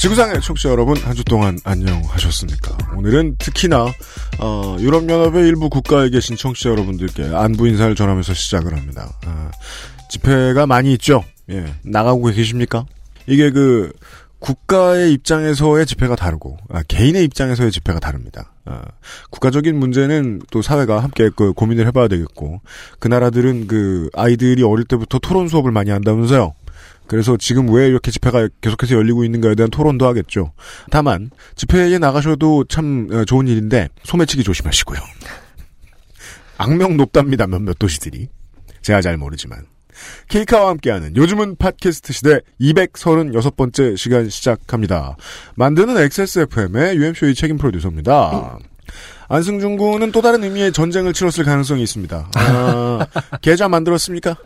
지구상의 청취자 여러분 한 주 동안 안녕하셨습니까? 오늘은 특히나 어, 유럽연합의 일부 국가에 계신 청취자 여러분들께 안부 인사를 전하면서 시작을 합니다. 아, 집회가 많이 있죠. 예, 나가고 계십니까? 이게 그 국가의 입장에서의 집회가 다르고 아, 개인의 입장에서의 집회가 다릅니다. 아, 국가적인 문제는 또 사회가 함께 그 고민을 해봐야 되겠고 그 나라들은 그 아이들이 어릴 때부터 토론 수업을 많이 한다면서요. 그래서 지금 왜 이렇게 집회가 계속해서 열리고 있는가에 대한 토론도 하겠죠. 다만 집회에 나가셔도 참 어, 좋은 일인데 소매치기 조심하시고요. 악명 높답니다. 몇몇 도시들이. 제가 잘 모르지만. 케이카와 함께하는 요즘은 팟캐스트 시대 236번째 시간 시작합니다. 만드는 XSFM의 UMC의 책임 프로듀서입니다. 안승준 군은 또 다른 의미의 전쟁을 치렀을 가능성이 있습니다. 아, 계좌 만들었습니까?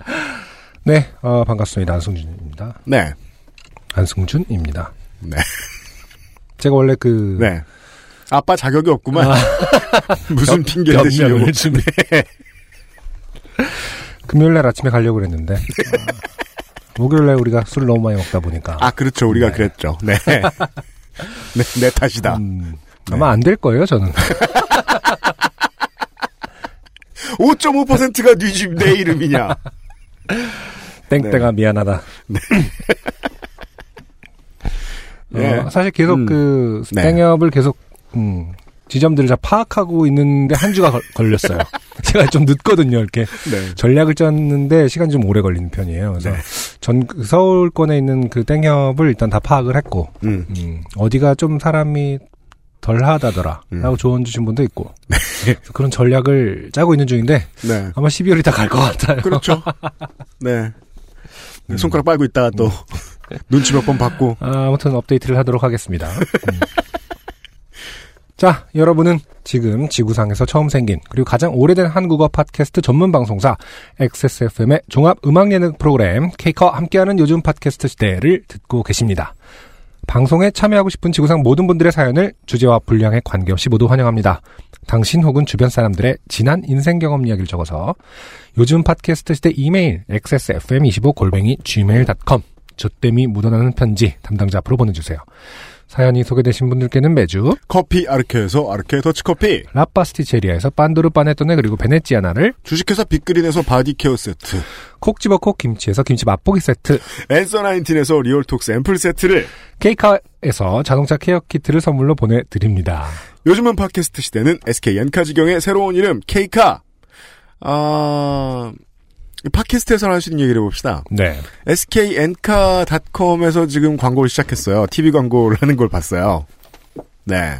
네 어, 반갑습니다 안승준입니다 네. 안승준입니다 네. 제가 원래 그 네. 아빠 자격이 없구만. 무슨 핑계 몇 대시려고. 명을 준비- 네. 금요일 날 아침에 가려고 그랬는데 어, 목요일 날 우리가 술을 너무 많이 먹다 보니까 아, 그렇죠. 우리가 그랬죠. 네. 네, 내 탓이다. 음, 네. 아마 안 될 거예요 저는 5.5%가 네집내 이름이냐. 땡땡아 미안하다 네. 어, 사실 계속 음. 그 네. 땡협을 계속 음, 지점들을 다 파악하고 있는데 한 주가 걸- 걸렸어요 제가 좀 늦거든요 이렇게 네. 전략을 짰는데 시간이 좀 오래 걸리는 편이에요. 그래서 네. 전그 서울권에 있는 그 땡협을 일단 다 파악을 했고 음. 음, 어디가 좀 사람이 덜하다더라 음. 라고 조언 주신 분도 있고 그래서 그런 전략을 짜고 있는 중인데 네. 아마 12월이 다 갈 것 같아요. 그렇죠. 네. 음. 손가락 빨고 있다가 또 눈치 몇 번 받고. 아, 아무튼 업데이트를 하도록 하겠습니다. 음. 자, 여러분은 지금 지구상에서 처음 생긴 그리고 가장 오래된 한국어 팟캐스트 전문 방송사 XSFM의 종합 음악 예능 프로그램 케이커와 함께하는 요즘 팟캐스트 시대를 듣고 계십니다. 방송에 참여하고 싶은 지구상 모든 분들의 사연을 주제와 분량에 관계없이 모두 환영합니다. 당신 혹은 주변 사람들의 지난 인생 경험 이야기를 적어서 요즘 팟캐스트 시대 이메일 xsfm25골뱅이 gmail.com 조땜이 묻어나는 편지 담당자 앞으로 보내주세요. 사연이 소개되신 분들께는 매주 커피 아르케에서 아르케 더치커피. 라파스티체리아에서 빤도르 빠네토네 그리고 베네치아나를 주식회사 빅그린에서 바디케어 세트. 콕 집어 콕 김치에서 김치 맛보기 세트 앤서 나인틴에서 리얼톡스 앰플 세트를. 케이카에서 자동차 케어 키트를 선물로 보내드립니다. 요즘은 팟캐스트 시대는 SK 엔카지경의 새로운 이름 케이카. 아... 이 팟캐스트에서 하시는 얘기를 해봅시다. 네. sknk.com에서 지금 광고를 시작했어요. TV 광고를 하는 걸 봤어요. 네.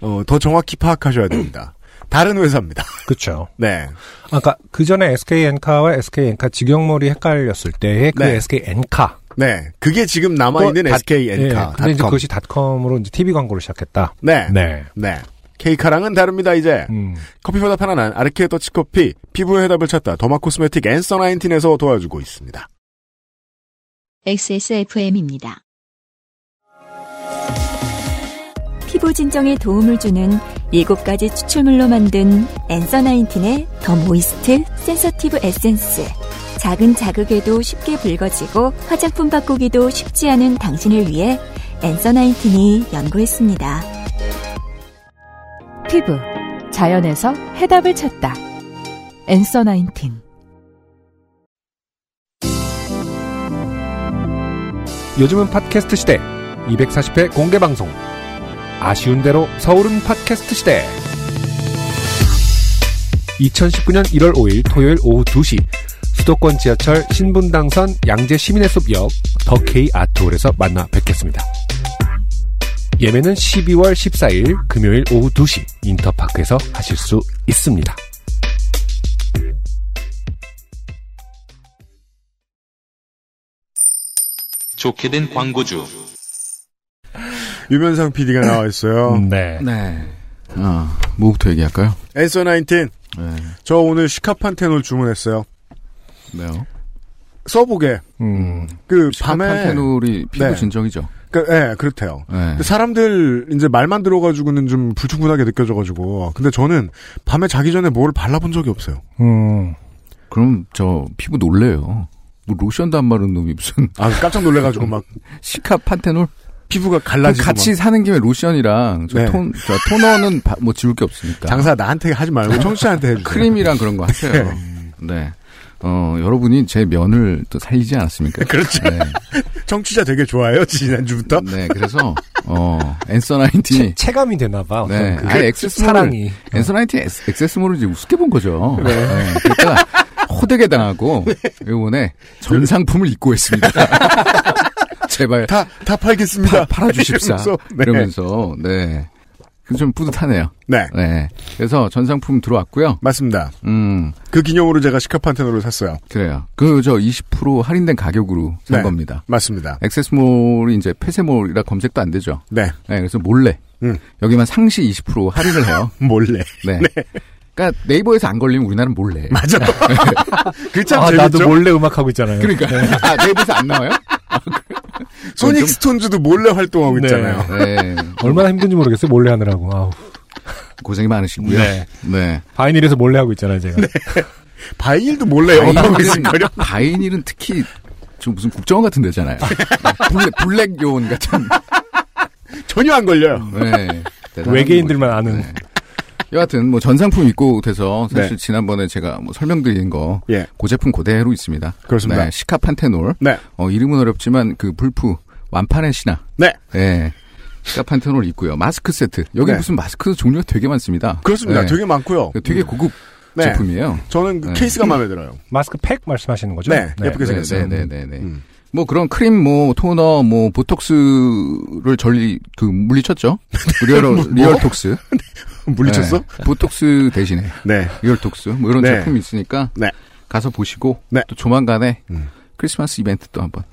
어, 더 정확히 파악하셔야 됩니다. 다른 회사입니다. 그쵸. 네. 아까 그 전에 SKN카와 SKN카 직영몰이 헷갈렸을 때의 그 네. SKN카. 네. 그게 지금 남아있는 다- 예, 근데 이제 sknk.com. 그것이 닷컴으로 이제 TV 광고를 시작했다. 네. 네. 네. 케이카랑은 다릅니다, 이제. 음. 커피보다 편안한 아르케 더치커피, 피부의 해답을 찾다 더마 코스메틱 앤서 19에서 도와주고 있습니다. XSFM입니다. 피부 진정에 도움을 주는 7가지 추출물로 만든 앤서 나인틴의 더 모이스트 센서티브 에센스. 작은 자극에도 쉽게 붉어지고 화장품 바꾸기도 쉽지 않은 당신을 위해 앤서 나인틴이 연구했습니다. 피부 자연에서 해답을 찾다 앤서 나인틴 요즘은 팟캐스트 시대 240회 공개 방송 아쉬운 대로 서울은 팟캐스트 시대 2019년 1월 5일 토요일 오후 2시 수도권 지하철 신분당선 양재 시민의 숲역 더케이 아트홀에서 만나 뵙겠습니다. 예매는 12월 14일 금요일 오후 2시 인터파크에서 하실 수 있습니다. 좋게 된 광고주. 음. 유면상 PD가 나와 있어요. 네. 네. 아, 뭐부터 얘기할까요? 앤서 19. 네. 저 오늘 시카판테놀 주문했어요. 네요. 써보게. 음. 그 밤에. 시카판테놀이 피부 네. 진정이죠. 그, 예, 그렇대요. 네. 근데 사람들 이제 말만 들어가지고는 좀 불충분하게 느껴져가지고. 근데 저는 밤에 자기 전에 뭘 발라본 적이 없어요. 음. 그럼 저 피부 놀래요. 뭐 로션도 안 바른 놈이 무슨 아 깜짝 놀래가지고 막 시카판테놀? 피부가 그 갈라지고. 같이 막. 사는 김에 로션이랑 저 네. 톤, 저 토너는 바- 뭐 지울 게 없으니까. 장사 나한테 하지 말고 청취자한테 해주세요. 네. 크림이랑 그런 거 하세요. 네. 어, 여러분이 제 면을 또 살리지 않았습니까? 그렇죠. 네. 청취자 되게 좋아요. 지난주부터. 네, 그래서, 어, 앤서 나인틴이, 체, 감이 되나봐. 어떤 네, 그 아예 액세스 사랑이. 앤서 나인틴 액세스몰을 이제 우습게 본 거죠. 네. 그러니까, 호되게 당하고, 요번에 전상품을 입고 있습니다. 제발, 다, 다 팔겠습니다. 파- 팔아주십사. 이러면서, 네. 이러면서, 네. 좀 뿌듯하네요. 네. 네. 그래서 전상품 들어왔고요. 맞습니다. 음, 그 기념으로 제가 시카판테놀을 샀어요. 그래요. 그, 저 20% 할인된 가격으로 산 네. 겁니다. 맞습니다. 액세스몰이 이제 폐쇄몰이라 검색도 안 되죠. 네. 네, 그래서 몰래. 음. 여기만 상시 20% 할인을 해요. 몰래. 네. 그러니까 네이버에서 안 걸리면 우리나라는 몰래. 맞아. 그참 아, 재밌죠. 나도 몰래 음악하고 있잖아요. 그러니까 아, 네이버에서 안 나와요? 소닉 스톤즈도 몰래 활동하고 네. 있잖아요. 네. 얼마나 힘든지 모르겠어요. 몰래 하느라고. 아우. 고생이 많으시고요. 네. 네. 바이닐에서 몰래 하고 있잖아요, 제가. 네. 바이일도 몰래 영업하고 있을 네, 거려. 바인일은 특히 좀 무슨 국정원 같은 데잖아요. 블랙, 블랙 요원 같은. 전혀 안 걸려요. 네. 대단한 외계인들만 거죠. 아는. 네. 여하튼 뭐 전상품 입고 돼서 사실 네. 지난번에 제가 뭐 설명드린 거 예. 고제품 그대로 있습니다. 그렇습니다. 네, 시카판테놀. 네. 어, 이름은 어렵지만 그 불프 완판의 신화. 네. 예. 시카판테놀 있고요. 마스크 세트. 여기 네. 무슨 마스크 종류가 되게 많습니다. 그렇습니다. 예. 네. 되게 많고요. 되게 고급 네. 제품이에요. 저는 그 네. 케이스가 마음에 들어요. 마스크 팩 말씀하시는 거죠? 네, 예쁘게 네, 생겼어요. 네, 네, 네, 네. 음. 뭐 그런 크림, 뭐 토너, 뭐 보톡스를 전리 그 물리쳤죠. 리얼 리얼톡스. 뭐, 물리쳤어? 네. 보톡스 대신에 네. 리얼톡스 뭐 이런 네. 제품이 있으니까 네. 가서 보시고 네. 또 조만간에 음. 크리스마스 이벤트 또 한번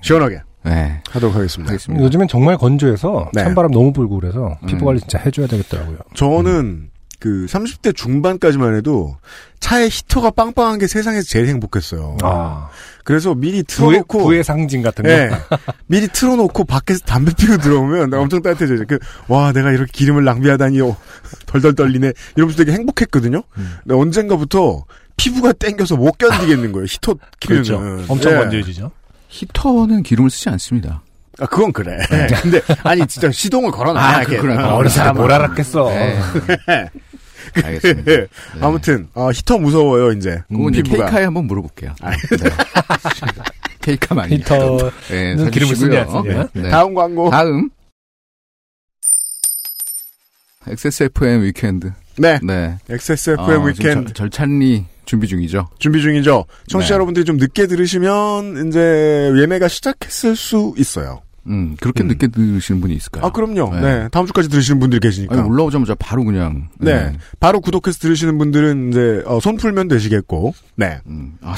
시원하게 네, 하도록 하겠습니다. 하겠습니다. 요즘엔 정말 건조해서 네. 찬바람 너무 불고 그래서 음. 피부 관리 진짜 해줘야 되겠더라고요. 저는 그 30대 중반까지만 해도 차에 히터가 빵빵한 게 세상에서 제일 행복했어요. 아, 그래서 부의, 미리 틀어놓고 부의 상징 같은 거. 예. 미리 틀어놓고 밖에서 담배 피고 들어오면 나 엄청 따뜻해져요. 그, 와, 내가 이렇게 기름을 낭비하다니, 어, 덜덜 떨리네. 이러면서 되게 행복했거든요. 음. 근데 언젠가부터 피부가 땡겨서 못 견디겠는 거예요. 히터 키우는. 그렇죠. 엄청 예. 건조해지죠. 히터는 기름을 쓰지 않습니다. 아, 그건 그래. 근데, 아니, 진짜 시동을 걸어놔야 네. 아, 이게. 그렇구나. 어, 어린 사람 뭘 알았겠어. 아, 네. 알겠습니다. 예. 아무튼, 아, 히터 무서워요, 이제. 음. 그건 이제 음, 피부가. 아, 케이카에 한번 물어볼게요. 케이카 많이. 히터 예, 는 기름을 쓰냐, 안 쓰냐? 네. 다음 광고. 다음. XSFM 위켄드. 네. 네. XSFM 어, 지금 위켄드. 절- 절찬리 준비 중이죠. 준비 중이죠. 청취자 네. 여러분들이 좀 늦게 들으시면 이제 예매가 시작했을 수 있어요. 음, 그렇게 음. 늦게 들으시는 분이 있을까요? 아 그럼요. 네. 네. 다음 주까지 들으시는 분들이 계시니까. 아니, 올라오자마자 바로 그냥. 네. 네. 바로 구독해서 들으시는 분들은 이제 어, 손 풀면 되시겠고. 네. 음, 아,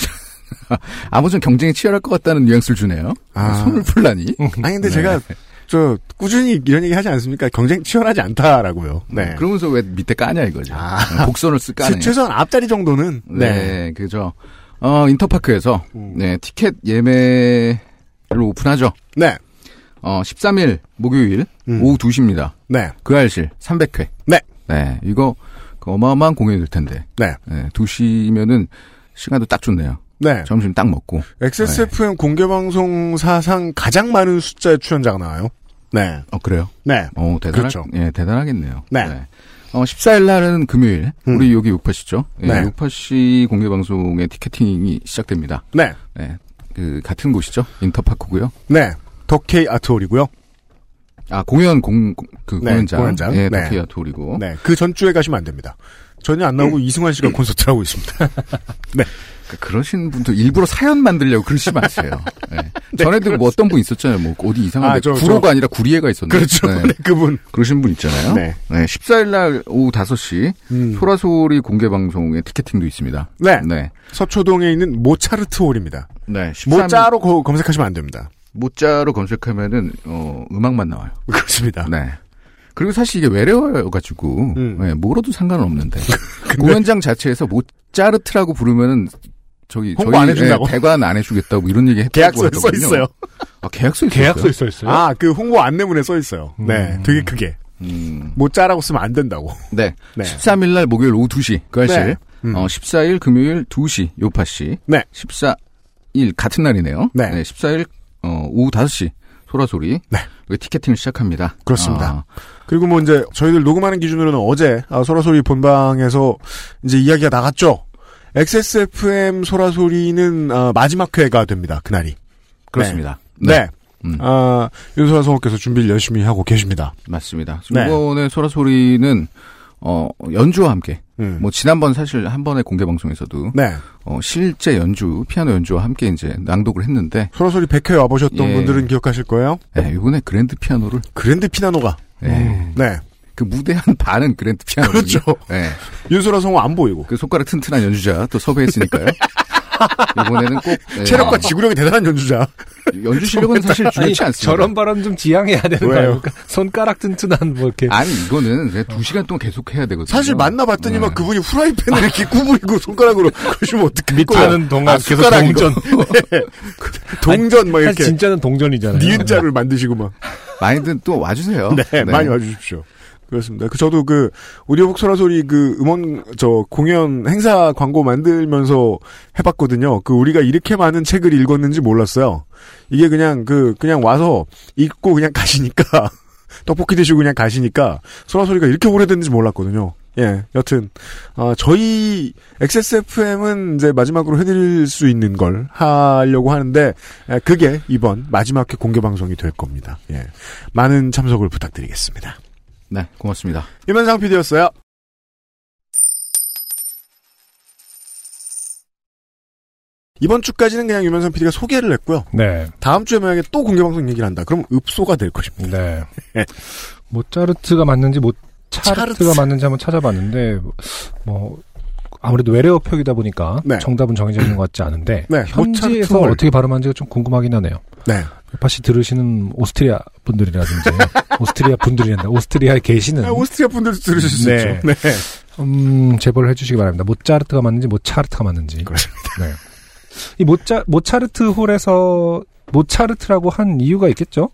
아무튼 경쟁이 치열할 것 같다는 뉘앙스를 주네요. 아. 손을 풀라니. 아니 근데 네. 제가 저 꾸준히 이런 얘기 하지 않습니까? 경쟁 치열하지 않다라고요. 네. 그러면서 왜 밑에 까냐 이거죠. 아. 네, 복선을 쓸 까네. 최- 최소한 앞자리 정도는 네, 네. 그죠. 어, 인터파크에서, 음. 네, 티켓 예매를 오픈하죠. 네. 어, 13일, 목요일, 음. 오후 2시입니다. 네. 그 알실, 300회. 네. 네, 이거, 그 어마어마한 공연일 텐데. 네. 네, 2시면은, 시간도 딱 좋네요. 네. 점심 딱 먹고. 네. XSFM 공개 방송 사상 가장 많은 숫자의 출연자가 나와요. 네. 어, 그래요? 네. 어, 대단하, 그렇죠. 예, 대단하겠네요. 네. 어, 14일 날은 금요일. 음. 우리 여기 육파씨죠? 예, 네. 육파씨 공개방송의 티켓팅이 시작됩니다. 네. 네. 그, 같은 곳이죠? 인터파크고요 네. 덕케이 아트홀이고요. 아 공연 공, 공- 그 네, 공연장, 공연장. 예, 네. 다케야 돌이고 네. 그 전주에 가시면 안 됩니다. 전혀 안 음. 나오고 이승환 씨가 콘서트를 하고 있습니다. 그러니까 그러신 분도 일부러 사연 만들려고 그러지 마세요. 예. 전에도 뭐 어떤 분 있었잖아요. 뭐 어디 이상한데 네, 아, 저- 구로가 아니라 구리에가 있었는데 그렇죠. 네. 네, 그분. 그러신 분 있잖아요. 네. 14일 날 오후 5시 음. 소라소리 공개 방송의 티켓팅도 있습니다. 네. 네. 서초동에 있는 모차르트 홀입니다. 네. 13일 모짜로 고- 검색하시면 안 됩니다. 모짜로 검색하면은 어 음악만 나와요. 그렇습니다. 네. 그리고 사실 이게 외래어여가지고 음. 예, 뭐로도 상관없는데 공연장 자체에서 모짜르트라고 부르면은 저기 홍보 저희 안 해준다고? 예, 대관 안 해주겠다고 뭐 이런 얘기 했다고 계약서에 써 하더군요. 있어요. 아, 계약서에 계약서 있어요? 있어 있어요. 아, 그 홍보 안내문에 써 있어요. 네, 음. 되게 크게. 음, 뭐 짜라고 쓰면 안 된다고. 네. 네. 13일 날 목요일 오후 2시 그할실 네. 음. 어, 14일 금요일 2시 요파 씨. 네. 14일 같은 날이네요. 네. 14일 어, 오후 5시 소라소리. 네. 여기 티켓팅을 시작합니다. 그렇습니다. 아, 그리고 뭐 이제 저희들 녹음하는 기준으로는 어제 아, 소라소리 본방에서 이제 이야기가 나갔죠. XSFM 소라소리는 아, 마지막 회가 됩니다. 그날이. 그렇습니다. 네. 음. 아, 윤소라 성우께서 준비를 열심히 하고 계십니다. 맞습니다. 네. 이번에 소라소리는 어, 연주와 함께 음. 뭐 지난번 사실 한 번의 공개 방송에서도 네. 어, 실제 연주 피아노 연주와 함께 이제 낭독을 했는데 소라소리 100회 와보셨던 예. 분들은 기억하실 거예요. 예, 이번에 그랜드 피아노를 그랜드 피나노가. 예, 네. 그 무대 한 반은 그랜드 피아노 그렇죠. 예, 윤소라 성우 안 보이고. 그 손가락 튼튼한 연주자 또 섭외했으니까요. 이번에는 꼭 네. 예, 체력과 아. 지구력이 대단한 연주자. 연주 실력은 사실 중요치 않습니다. 저런 발언 좀 지양해야 되는 거 왜요? 아닙니까? 손가락 튼튼한 뭐 이렇게 아니 이거는 그냥 두 시간 동안 계속 해야 되거든요. 아. 사실 만나봤더니만 네. 그분이 후라이팬을 이렇게 구부리고 손가락으로 그러시면 어떡할 거야. 밑하는 동안 아, 계속 숟가락 동전 동전 막 사실 이렇게 진짜는 동전이잖아요. 니은자를 만드시고 막. 많이들 또 와주세요. 네, 많이 와주십시오. 그렇습니다. 그 저도 그 오디오북 소라소리 그 음원 저 공연 행사 광고 만들면서 해봤거든요. 그 우리가 이렇게 많은 책을 읽었는지 몰랐어요. 이게 그냥 그 그냥 와서 읽고 그냥 가시니까 떡볶이 드시고 그냥 가시니까 소라소리가 이렇게 오래됐는지 몰랐거든요. 예, 여튼 아, 저희 XSFM은 이제 마지막으로 해드릴 수 있는 걸 하려고 하는데 에, 그게 이번 마지막 회 공개 방송이 될 겁니다. 예. 많은 참석을 부탁드리겠습니다. 네, 고맙습니다. 이만상 PD였어요. 이번 주까지는 그냥 유면상 PD가 소개를 했고요. 네, 다음 주에 만약에 또 공개방송 얘기를 한다. 그럼 읍소가 될 것입니다. 네. 뭐 모차르트가 맞는지 모 차르트가 차르트. 맞는지 한번 찾아봤는데 뭐 아무래도 외래어 표기다 보니까 네. 정답은 정해져 있는 것 같지 않은데 네, 현지에서 모차르트몰. 어떻게 발음하는지가 좀 궁금하긴 하네요. 네. 파시 들으시는 오스트리아 분들이라든지 오스트리아 분들이란다. 오스트리아에 계시는 아, 오스트리아 분들도 들으실 수 네. 있죠. 네. 음, 제보를 해주시기 바랍니다. 모차르트가 맞는지 모차르트가 맞는지. 그렇습니다. 네. 이 모차 모차르트 홀에서 모차르트라고 한 이유가 있겠죠?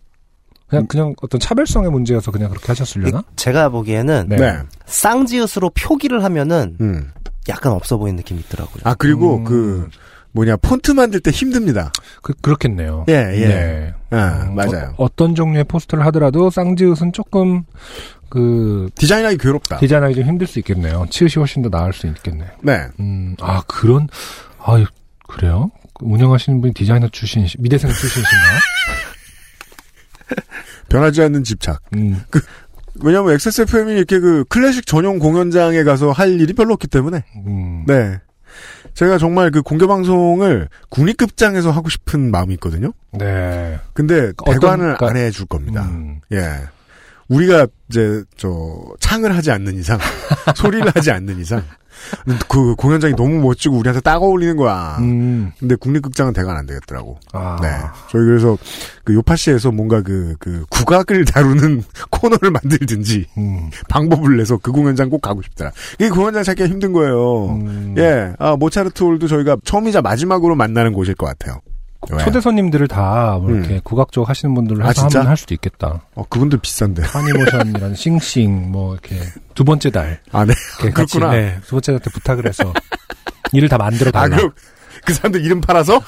그냥 그냥 어떤 차별성의 문제여서 그냥 그렇게 하셨으려나? 제가 보기에는 네. 네. 쌍지읒으로 표기를 하면은 음. 약간 없어 보이는 느낌이 있더라고요. 아, 그리고 음. 그, 뭐냐, 폰트 만들 때 힘듭니다. 그, 그렇겠네요. 예, 예. 네. 아, 음, 맞아요. 어, 떤 종류의 포스터를 하더라도 쌍지읒은 조금 그 디자인하기 괴롭다. 디자인하기 좀 힘들 수 있겠네요. 치읒이 훨씬 더 나을 수 있겠네. 네. 음, 아 그런 아 그래요? 그 운영하시는 분이 디자이너 출신이시 미대생 출신이신가요? 변하지 않는 집착. 음, 왜냐면 하 XSFM이 이렇게 그 클래식 전용 공연장에 가서 할 일이 별로 없기 때문에. 음. 네. 제가 정말 그 공개 방송을 국립극장에서 하고 싶은 마음이 있거든요. 네. 근데 어떤- 대관을 그러니까- 안 해줄 겁니다. 음, 예. 우리가 이제 저 창을 하지 않는 이상 소리를 하지 않는 이상 그 공연장이 너무 멋지고 우리한테 딱 어울리는 거야. 음, 근데 국립극장은 대관 안 되겠더라고. 아, 아, 네. 저희 그래서 그 요파시에서 뭔가 그, 그 국악을 다루는 코너를 만들든지 음, 방법을 내서 그 공연장 꼭 가고 싶더라. 이 공연장 찾기가 힘든 거예요. 음. 예, 아, 모차르트 홀도 저희가 처음이자 마지막으로 만나는 곳일 것 같아요. 예. 왜요? 초대 손님들을 다뭐 이렇게 국악 쪽 하시는 분들로 음. 아, 해서 진짜? 한번 할 수도 있겠다. 어, 그분들 비싼데. 파니모션이라는 싱싱 뭐 이렇게 두 번째 달 아, 네. 이렇게 같이, 그렇구나. 네, 두 번째 달때 부탁을 해서 일을 다 만들어 아, 달라. 그럼 그 사람들 이름 팔아서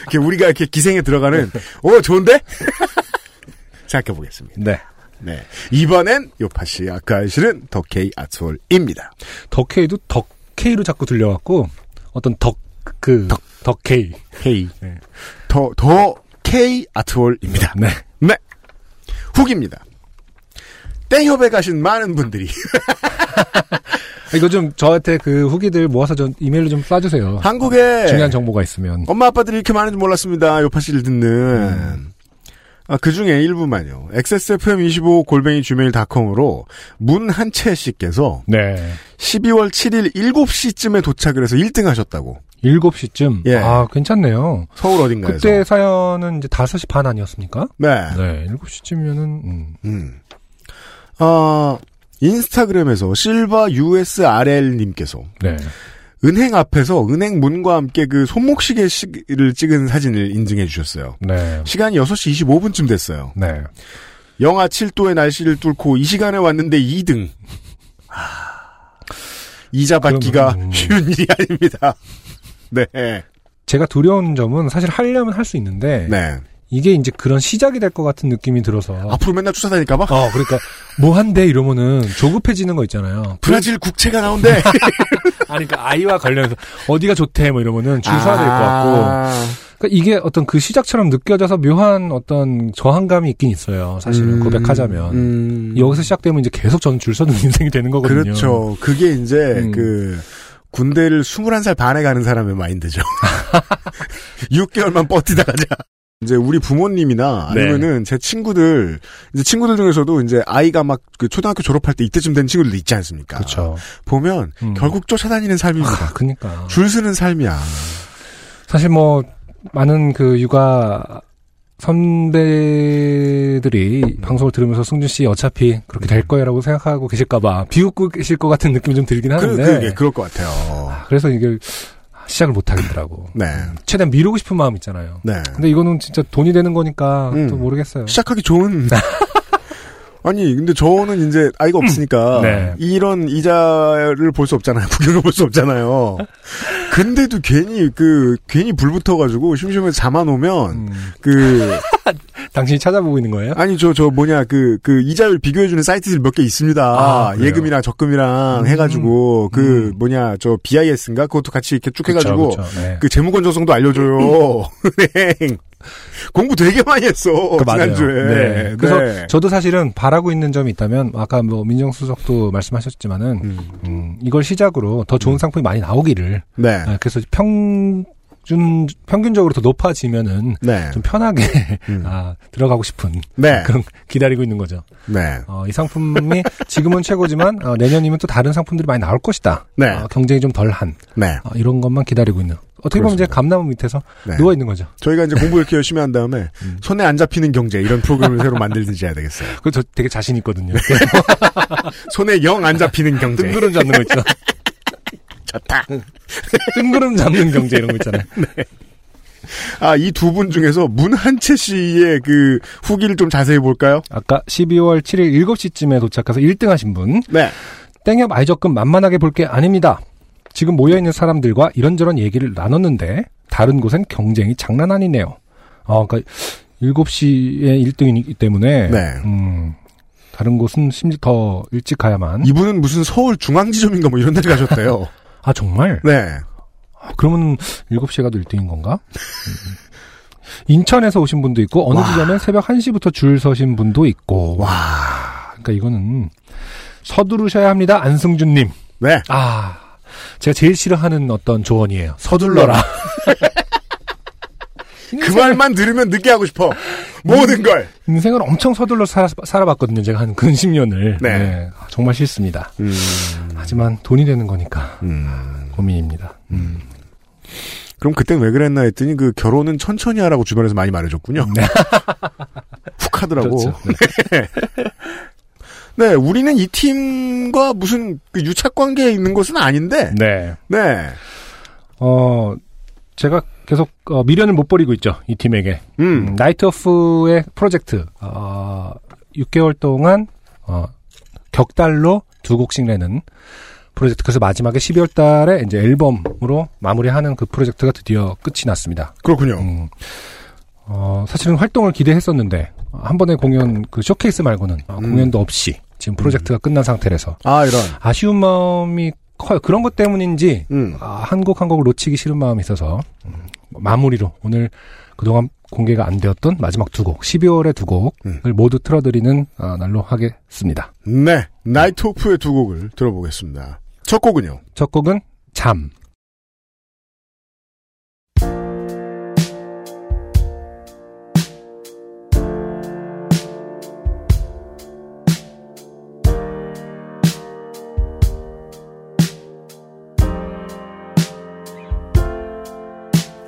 이렇게 우리가 이렇게 기생에 들어가는, 오, 좋은데? 생각해 보겠습니다. 네. 네. 이번엔 요파시 아까 실은 더케이 아트홀입니다. 덕케이도 덕케이로 자꾸 들려갖고 어떤 덕 그 덕케이. 헤이. 네. 더, 더 K 아트홀입니다. 네. 네. 훅입니다. 땡협에 가신 많은 분들이 이거 좀 저한테 그 후기들 모아서 전 이메일로 좀 쏴주세요. 아, 한국에 아, 중요한 정보가 있으면. 엄마 아빠들이 이렇게 많은지 몰랐습니다. 요파 씨를 듣는. 음. 아, 그 중에 일부만요. XSFM25 골뱅이 gmail.com으로 문한채 씨께서 네. 12월 7일 7시쯤에 도착을 해서 1등 하셨다고. 7시쯤. 예. 아, 괜찮네요. 서울 어딘가에서. 그때 사연은 이제 5시 반 아니었습니까? 네. 네. 7시쯤이면은, 음. 음. 아, 인스타그램에서 실바 USRL님께서 네. 은행 앞에서 은행 문과 함께 그 손목시계 시를 찍은 사진을 인증해 주셨어요. 네. 시간이 6시 25분쯤 됐어요. 네. 영하 7도의 날씨를 뚫고 이 시간에 왔는데 2등. 이자 받기가 그럼, 음. 쉬운 일이 아닙니다. 네. 제가 두려운 점은 사실 하려면 할 수 있는데 네. 아, 이게 이제 그런 시작이 될 것 같은 느낌이 들어서 앞으로 맨날 쫓아다닐까봐? 어 그러니까 뭐 한데 이러면은 조급해지는 거 있잖아요. 브라질 국채가 나온대! 아니 그러니까 아이와 관련해서 어디가 좋대 뭐 이러면은 줄 서야 될 것 같고 그러니까 이게 어떤 그 시작처럼 느껴져서 묘한 어떤 저항감이 있긴 있어요. 사실은 고백하자면 음. 여기서 시작되면 이제 계속 저는 줄 서는 인생이 되는 거거든요. 그렇죠. 그게 이제 음. 그 군대를 21살 반에 가는 사람의 마인드죠. 6개월만 버티다 가자. 이제 우리 부모님이나 네. 아니면은 제 친구들 이제 친구들 중에서도 이제 아이가 막 그 초등학교 졸업할 때 이때쯤 된 친구들도 있지 않습니까? 그렇죠. 보면 음. 결국 쫓아다니는 아, 삶입니다. 그러니까 줄 서는 삶이야. 사실 뭐 많은 그 육아 선배들이 방송을 들으면서 승준 씨 어차피 그렇게 될 거야라고 생각하고 계실까봐 비웃고 계실 것 같은 느낌이 좀 들긴 그, 하는데 그게 그럴 것 같아요. 그래서 이게 시작을 못 하겠더라고. 네. 최대한 미루고 싶은 마음 있잖아요. 네. 근데 이거는 진짜 돈이 되는 거니까 음. 또 모르겠어요. 시작하기 좋은. 아니, 근데 저는 이제 아이가 없으니까 네. 이런 이자를 볼 수 없잖아요. 구경을 볼 수 없잖아요. 근데도 괜히 그 괜히 불 붙어가지고 심심해서 잠안 오면 음. 그 당신이 찾아보고 있는 거예요? 아니 저 저 뭐냐 그 그 이자율 비교해주는 사이트들 몇 개 있습니다. 아, 그래요? 예금이랑 적금이랑 음. 해가지고 그 음. 뭐냐 저 BIS인가 그것도 같이 이렇게 쭉 해가지고 그쵸, 그쵸. 네. 그 재무건전성도 알려줘요. 은행. 공부 되게 많이 했어. 그 맞아요. 지난주에. 네. 그래서 네. 저도 사실은 바라고 있는 점이 있다면 아까 뭐 민정수석도 말씀하셨지만은 음. 음, 이걸 시작으로 더 좋은 상품이 많이 나오기를 네. 아, 그래서 평균 평균적으로 더 높아지면은 네. 좀 편하게 음. 아, 들어가고 싶은 네. 그런 기다리고 있는 거죠. 네. 어, 이 상품이 지금은 최고지만 어, 내년이면 또 다른 상품들이 많이 나올 것이다. 네. 어, 경쟁이 좀 덜한 네. 어, 이런 것만 기다리고 있는. 어떻게 보면 이제 그렇습니다. 감나무 밑에서 네. 누워 있는 거죠. 저희가 이제 공부 이렇게 열심히 한 다음에 손에 안 잡히는 경제 이런 프로그램을 새로 만들든지 해야 되겠어요. 그거 저 되게 자신 있거든요. 네. 뭐 손에 영 안 잡히는 경제. 뜬구름 잡는 거 있죠. 네. 좋다. 뜬구름 잡는 경제 이런 거 있잖아요. 아, 이 두 분 중에서 문한채 씨의 그 후기를 좀 자세히 볼까요? 아까 12월 7일 7시쯤에 도착해서 1등 하신 분. 네. 땡협 아이적금 만만하게 볼 게 아닙니다. 지금 모여있는 사람들과 이런저런 얘기를 나눴는데 다른 곳엔 경쟁이 장난 아니네요. 아, 그러니까 7시에 1등이기 때문에 네. 음, 다른 곳은 심지어 더 일찍 가야만. 음. 이분은 무슨 서울 중앙지점인가 뭐 이런 데 가셨대요. 아, 정말? 네. 아, 그러면 7시에 가도 1등인 건가? 음. 인천에서 오신 분도 있고 어느 지점엔 새벽 1시부터 줄 서신 분도 있고. 그러니까 이거는 서두르셔야 합니다. 안승준 님. 네. 아, 제가 제일 싫어하는 어떤 조언이에요. 서둘러라. 네. 그 말만 들으면 늦게 하고 싶어. 모든 걸. 인생을 엄청 서둘러 살아, 살아봤거든요. 제가 한 근 10년을. 아, 네. 음. 정말 싫습니다. 하지만 돈이 되는 거니까 고민입니다. 그럼 그땐 왜 그랬나 했더니 그 결혼은 천천히 하라고 주변에서 많이 말해줬군요. 훅 하더라고. 그렇죠. 네. 네, 우리는 이 팀과 무슨 그 유착 관계에 있는 것은 아닌데, 네. 네, 어, 제가 계속 어, 미련을 못 버리고 있죠. 이 팀에게. 음, 음, 나이트 오프의 프로젝트. 어, 6개월 동안 어, 격달로 두 곡씩 내는 프로젝트. 그래서 마지막에 12월 달에 이제 앨범으로 마무리하는 그 프로젝트가 드디어 끝이 났습니다. 그렇군요. 음. 어, 사실은 활동을 기대했었는데 한 번의 공연 그 쇼케이스 말고는 어, 음. 공연도 없이 지금 프로젝트가 끝난 상태라서 아 이런, 아쉬운 마음이 커요. 그런 것 때문인지 음, 아, 한 곡 한 곡을 놓치기 싫은 마음이 있어서 음, 마무리로 오늘 그동안 공개가 안 되었던 마지막 두 곡, 12월의 두 곡을 음. 모두 틀어드리는 아, 날로 하겠습니다. 네, 나이트 오프의 두 곡을 들어보겠습니다. 첫 곡은요, 첫 곡은 잠.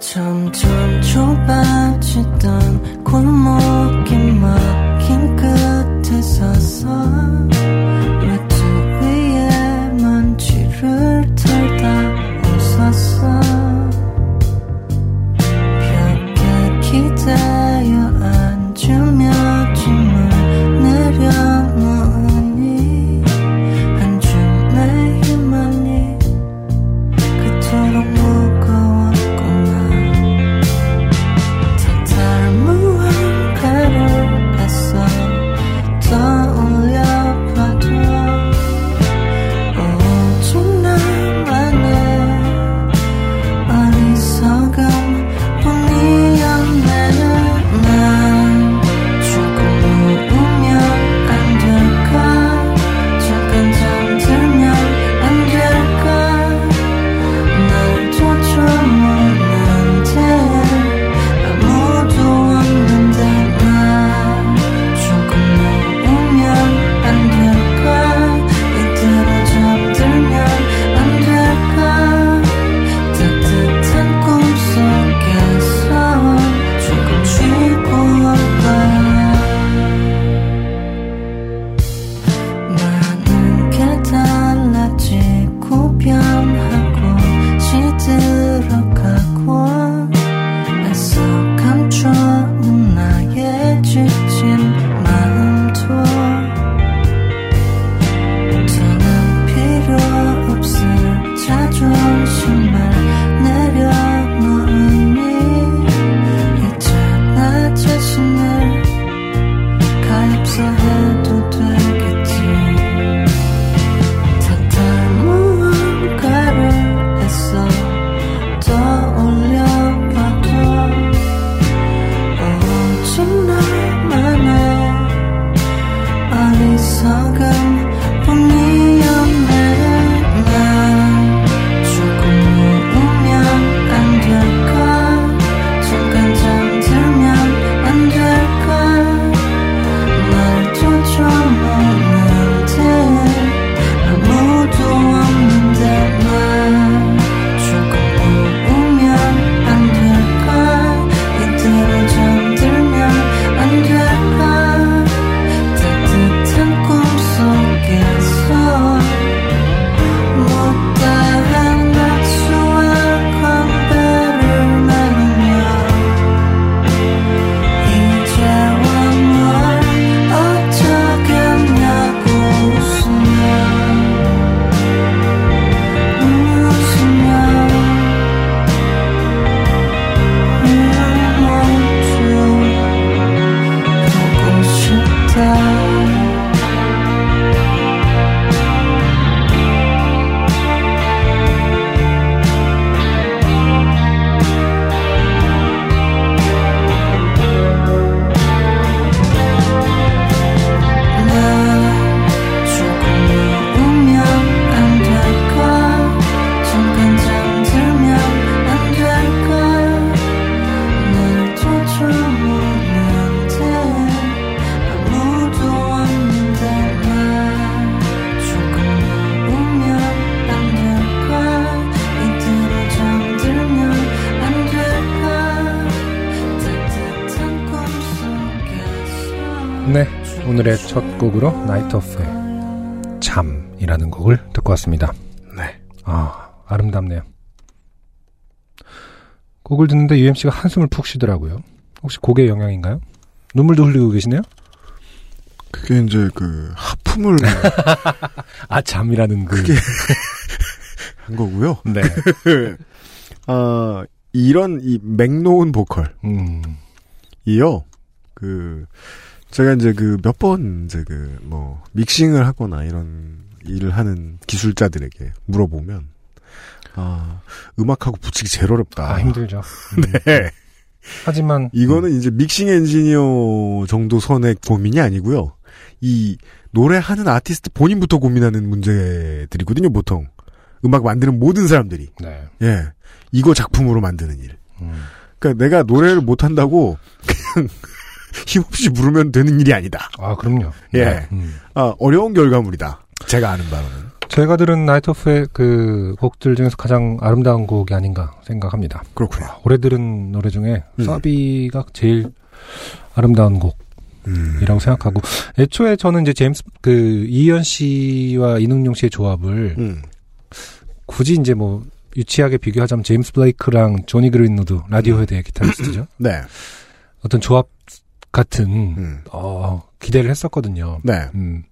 점점 좁아지던 골목이 막힌 끝에 곁에 서서 맥주 위에 먼지를 털다 웃었어 벽에 기대어 앉으며 짐을 내려놓으니 한 줌의 힘만이 그토록 무거웠구나 탓할 무언가를 애써 떠올려봐도 오직 나만의 어리석음 뿐이었네 난 조금 누우면 안 될까 잠깐 잠들면 안 될까 날 쫓아오는데 아무도 없는데 나 조금 누우면 안 될까 이대로 잠들면 안 될까 따뜻한 꿈속에서 조금 쉬고 올까 나는 깨달아지고 변하고 시들어가고 애써 감춰온 나의 지친 마음도 더는 필요 없을 자존심을 내려놓으니 이제 나 자신을 가엾어해도 되겠지 탓할 무언가를 했어 떠올려봐도 오직 나만의 어리석음 뿐이었네 난 조금 누우면 안 될까 잠깐 잠들면 안 될까 날 쫓아오는데 아무도 없는데 난 조금 누우면 안 될까 이대로 잠들면 안 될까 따뜻한 꿈속에서 못다한 낙수와 건배를 나누며 이제와 뭘 어쩌겠냐고 웃으며 웃으며 눈을 보고 싶다 나 조금 누우면 안 될까 잠깐 잠들면 안 될까 날 쫓아오는데 아무도 없는데 나 조금 누우면 안 될까 이대로 잠들면 안 될까 따뜻한 꿈속에서 네, 오늘의 첫 곡으로 나이트 오프의 잠이라는 곡을 듣고 왔습니다. 네. 아, 아름답네요. 곡을 듣는데 UMC가 한숨을 푹 쉬더라고요. 혹시 곡의 영향인가요? 눈물도 흘리고 계시네요? 그게 이제 그 하품을 아, 잠이라는 그. 한 거고요. 네. 아 이런 이 맥놓은 보컬. 음. 이요. 그 제가 이제 그 몇 번 이제 그 뭐 믹싱을 하거나 이런 일을 하는 기술자들에게 물어보면 아 음악하고 붙이기 제일 어렵다. 아, 힘들죠. 음. 네. 하지만. 이거는 이제 믹싱 엔지니어 정도 선의 고민이 아니고요. 이 노래하는 아티스트 본인부터 고민하는 문제들이거든요. 보통 음악 만드는 모든 사람들이 음, 네. 예 이거 작품으로 만드는 일. 음. 그러니까 내가 노래를 못 한다고 그냥 힘없이 부르면 되는 일이 아니다. 아, 그럼요. 예. 네. 음. 아, 어려운 결과물이다. 제가 아는 바로는. 제가 들은 나이트 오프의 그 곡들 중에서 가장 아름다운 곡이 아닌가 생각합니다. 아, 그렇군요. 올해 들은 노래 중에 음. 서비가 제일 아름다운 곡 이라고 생각하고 애초에 저는 이제 제임스 그 이현 씨와 이능용 씨의 조합을 음. 굳이 이제 뭐 유치하게 비교하자면 제임스 블레이크랑 조니 그린우드 라디오헤드의 기타리스트죠. 네. 어떤 조합 같은 음. 어, 기대를 했었거든요. 네. 음.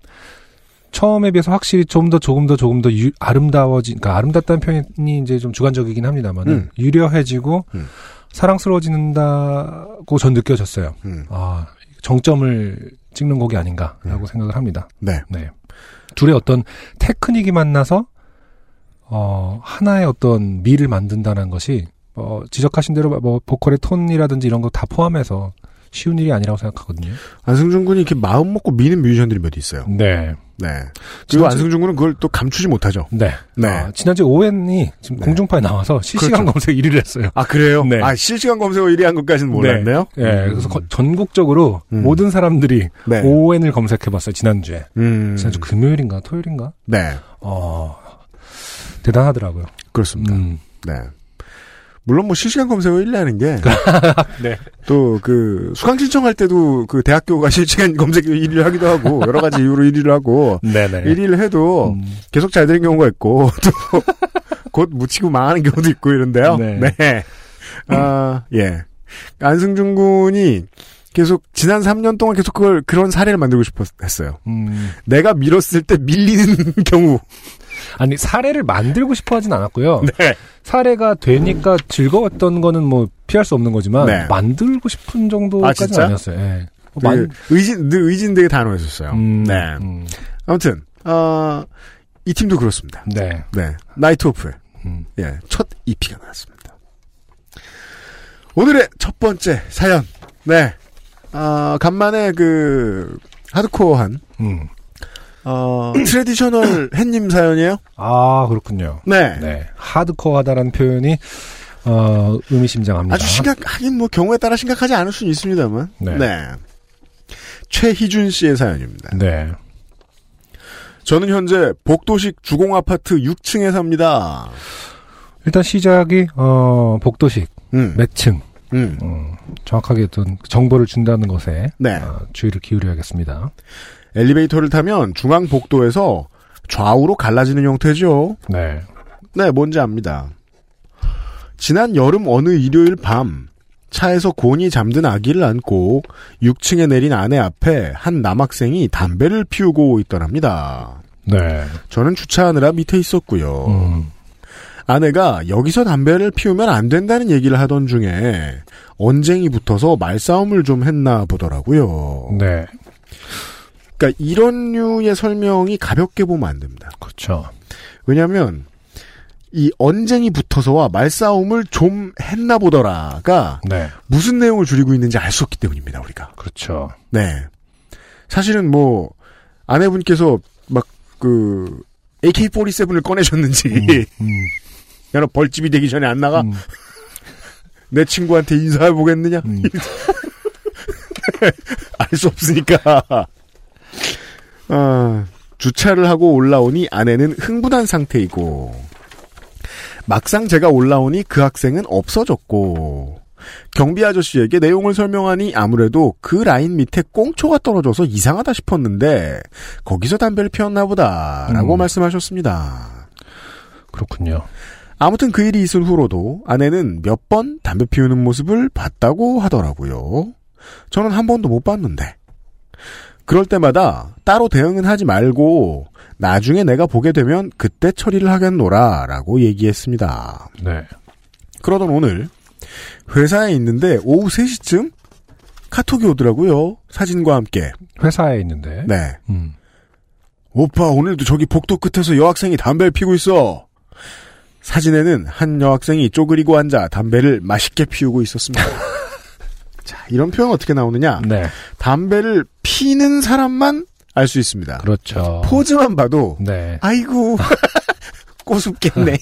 처음에 비해서 확실히 좀 더 조금 더 조금 더 유- 아름다워진, 그러니까 아름답다는 표현이 이제 좀 주관적이긴 합니다만, 음. 은 유려해지고 음. 사랑스러워진다고 전 느껴졌어요. 음. 아, 정점을 찍는 곡이 아닌가라고 생각을 합니다. 네. 네. 둘의 어떤 테크닉이 만나서 어, 하나의 어떤 미를 만든다는 것이 어, 지적하신 대로 뭐 보컬의 톤이라든지 이런 거 다 포함해서 쉬운 일이 아니라고 생각하거든요. 안승준 군이 이렇게 마음 먹고 미는 뮤지션들이 몇 있어요. 네. 네. 지금 그리고 안승준 군은 그걸 또 감추지 못하죠. 네. 네. 아, 지난주 오웬이 지금 네. 공중파에 나와서 실시간 그렇죠. 검색 1위를 했어요. 아, 그래요? 네. 아, 실시간 검색어 1위 한 것까지는 몰랐네요? 예, 그래서 거- 전국적으로 음. 모든 사람들이 네. 오웬을 검색해봤어요, 지난주에. 음. 지난주 금요일인가 토요일인가? 네. 어, 대단하더라고요. 그렇습니다. 음. 네. 물론 뭐 실시간 검색어 1위라는 게. 네. 또, 그, 수강 신청할 때도 그 대학교가 실시간 검색어 1위를 하기도 하고, 여러 가지 이유로 1위를 하고, 네네. 음. 1위를 해도 계속 잘 되는 경우가 있고, 또, 곧 묻히고 망하는 경우도 있고 이런데요. 네. 아, 예. 안승준 군이 계속, 지난 3년 동안 계속 그걸, 그런 사례를 만들고 싶어 했어요. 음. 내가 밀었을 때 밀리는 경우. 아니 사례를 만들고 싶어 하진 않았고요. 네. 사례가 되니까 즐거웠던 거는 뭐 피할 수 없는 거지만 네. 만들고 싶은 아, 정도까지는 진짜? 아, 니었어요 예. 어, 되게 그 의진, 늘 의진 되게 단호했었어요. 음, 네. 음, 아무튼 어, 이 팀도 그렇습니다. 네. 네, 나이트 오프의 음. 예, 첫 EP가 나왔습니다. 오늘의 첫 번째 사연. 네, 아, 간만에 그 하드코어한 음. 어, 트레디셔널 햇님 사연이에요. 아 그렇군요. 네. 네. 하드코어하다라는 표현이 어, 의미심장합니다. 아주 심각 하긴 뭐 경우에 따라 심각하지 않을 수는 있습니다만. 네. 네. 최희준 씨의 사연입니다. 네. 저는 현재 복도식 주공 아파트 6층에 삽니다. 일단 시작이 어, 복도식 음, 매층 음, 정확하게 어떤 정보를 준다는 것에 네. 어, 주의를 기울여야겠습니다. 엘리베이터를 타면 중앙 복도에서 좌우로 갈라지는 형태죠. 네. 네, 뭔지 압니다. 지난 여름 어느 일요일 밤 차에서 곤히 잠든 아기를 안고 6층에 내린 아내 앞에 한 남학생이 담배를 피우고 있더랍니다. 네. 저는 주차하느라 밑에 있었고요. 음. 아내가 여기서 담배를 피우면 안 된다는 얘기를 하던 중에 언쟁이 붙어서 말싸움을 좀 했나 보더라고요. 네. 그러니까 이런 류의 설명이 가볍게 보면 안 됩니다. 그렇죠. 왜냐하면 이 언쟁이 붙어서와 말싸움을 좀 했나 보더라가 네. 무슨 내용을 줄이고 있는지 알 수 없기 때문입니다. 우리가 그렇죠. 네 사실은 뭐 아내분께서 막 그 AK47을 꺼내셨는지 음. 여러 벌집이 되기 전에 안 나가 음. 내 친구한테 인사해 보겠느냐 음. 알 수 없으니까 아, 주차를 하고 올라오니 아내는 흥분한 상태이고 막상 제가 올라오니 그 학생은 없어졌고 경비 아저씨에게 내용을 설명하니 아무래도 그 라인 밑에 꽁초가 떨어져서 이상하다 싶었는데 거기서 담배를 피웠나 보다라고 음. 말씀하셨습니다. 그렇군요. 아무튼 그 일이 있은 후로도 아내는 몇 번 담배 피우는 모습을 봤다고 하더라고요. 저는 한 번도 못 봤는데. 그럴 때마다 따로 대응은 하지 말고 나중에 내가 보게 되면 그때 처리를 하겠노라 라고 얘기했습니다. 네. 그러던 오늘 회사에 있는데 오후 3시쯤 카톡이 오더라고요. 사진과 함께. 회사에 있는데. 네. 음. 오빠 오늘도 저기 복도 끝에서 여학생이 담배를 피고 있어. 사진에는 한 여학생이 쪼그리고 앉아 담배를 맛있게 피우고 있었습니다. 자, 이런 표현 어떻게 나오느냐? 네. 담배를 피는 사람만 알 수 있습니다. 그렇죠. 포즈만 봐도 네. 아이고 꼬숩겠네.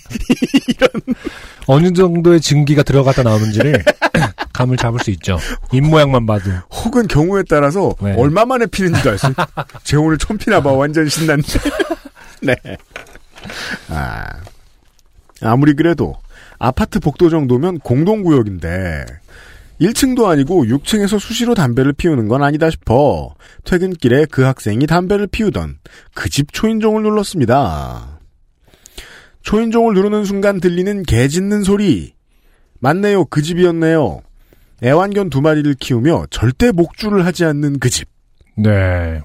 어느 정도의 증기가 들어갔다 나오는지를 감을 잡을 수 있죠. 입 모양만 봐도. 혹은 경우에 따라서 네. 얼마 만에 피는지도 알 수. 있- 쟤 오늘 처음 피나 봐. 완전 신난데. 네. 아. 아무리 그래도 아파트 복도 정도면 공동구역인데 1층도 아니고 6층에서 수시로 담배를 피우는 건 아니다 싶어 퇴근길에 그 학생이 담배를 피우던 그 집 초인종을 눌렀습니다. 초인종을 누르는 순간 들리는 개 짖는 소리. 맞네요. 그 집이었네요. 애완견 두 마리를 키우며 절대 목줄을 하지 않는 그 집. 네.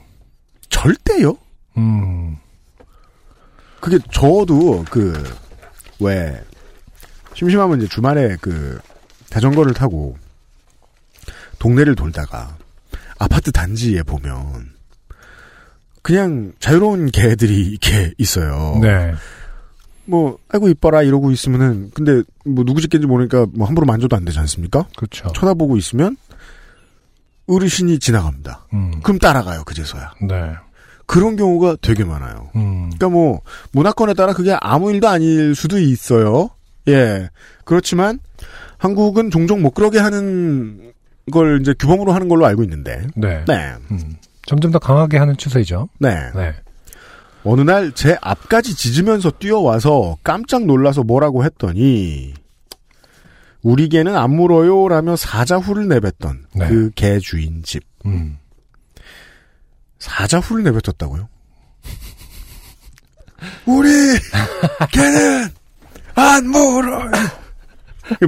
절대요? 음. 그게 저도 그 왜 심심하면 이제 주말에 그 자전거를 타고 동네를 돌다가 아파트 단지에 보면 그냥 자유로운 개들이 이렇게 있어요. 네. 뭐 아이고 이뻐라 이러고 있으면은 근데 뭐 누구 집인지 모르니까 뭐 함부로 만져도 안 되지 않습니까? 그렇죠. 쳐다보고 있으면 어르신이 지나갑니다. 음. 그럼 따라가요 그제서야. 네. 그런 경우가 되게 많아요. 음. 그러니까 뭐 문화권에 따라 그게 아무 일도 아닐 수도 있어요. 예. 그렇지만 한국은 종종 못 그러게 하는 걸 이제 규범으로 하는 걸로 알고 있는데. 네. 네. 음. 점점 더 강하게 하는 추세죠. 네. 네. 어느 날 제 앞까지 짖으면서 뛰어와서 깜짝 놀라서 뭐라고 했더니 우리 개는 안 물어요라며 사자후를 내뱉던 네. 그 개 주인 집. 음. 사자후를 내뱉었다고요? 우리 걔는 안 물어요.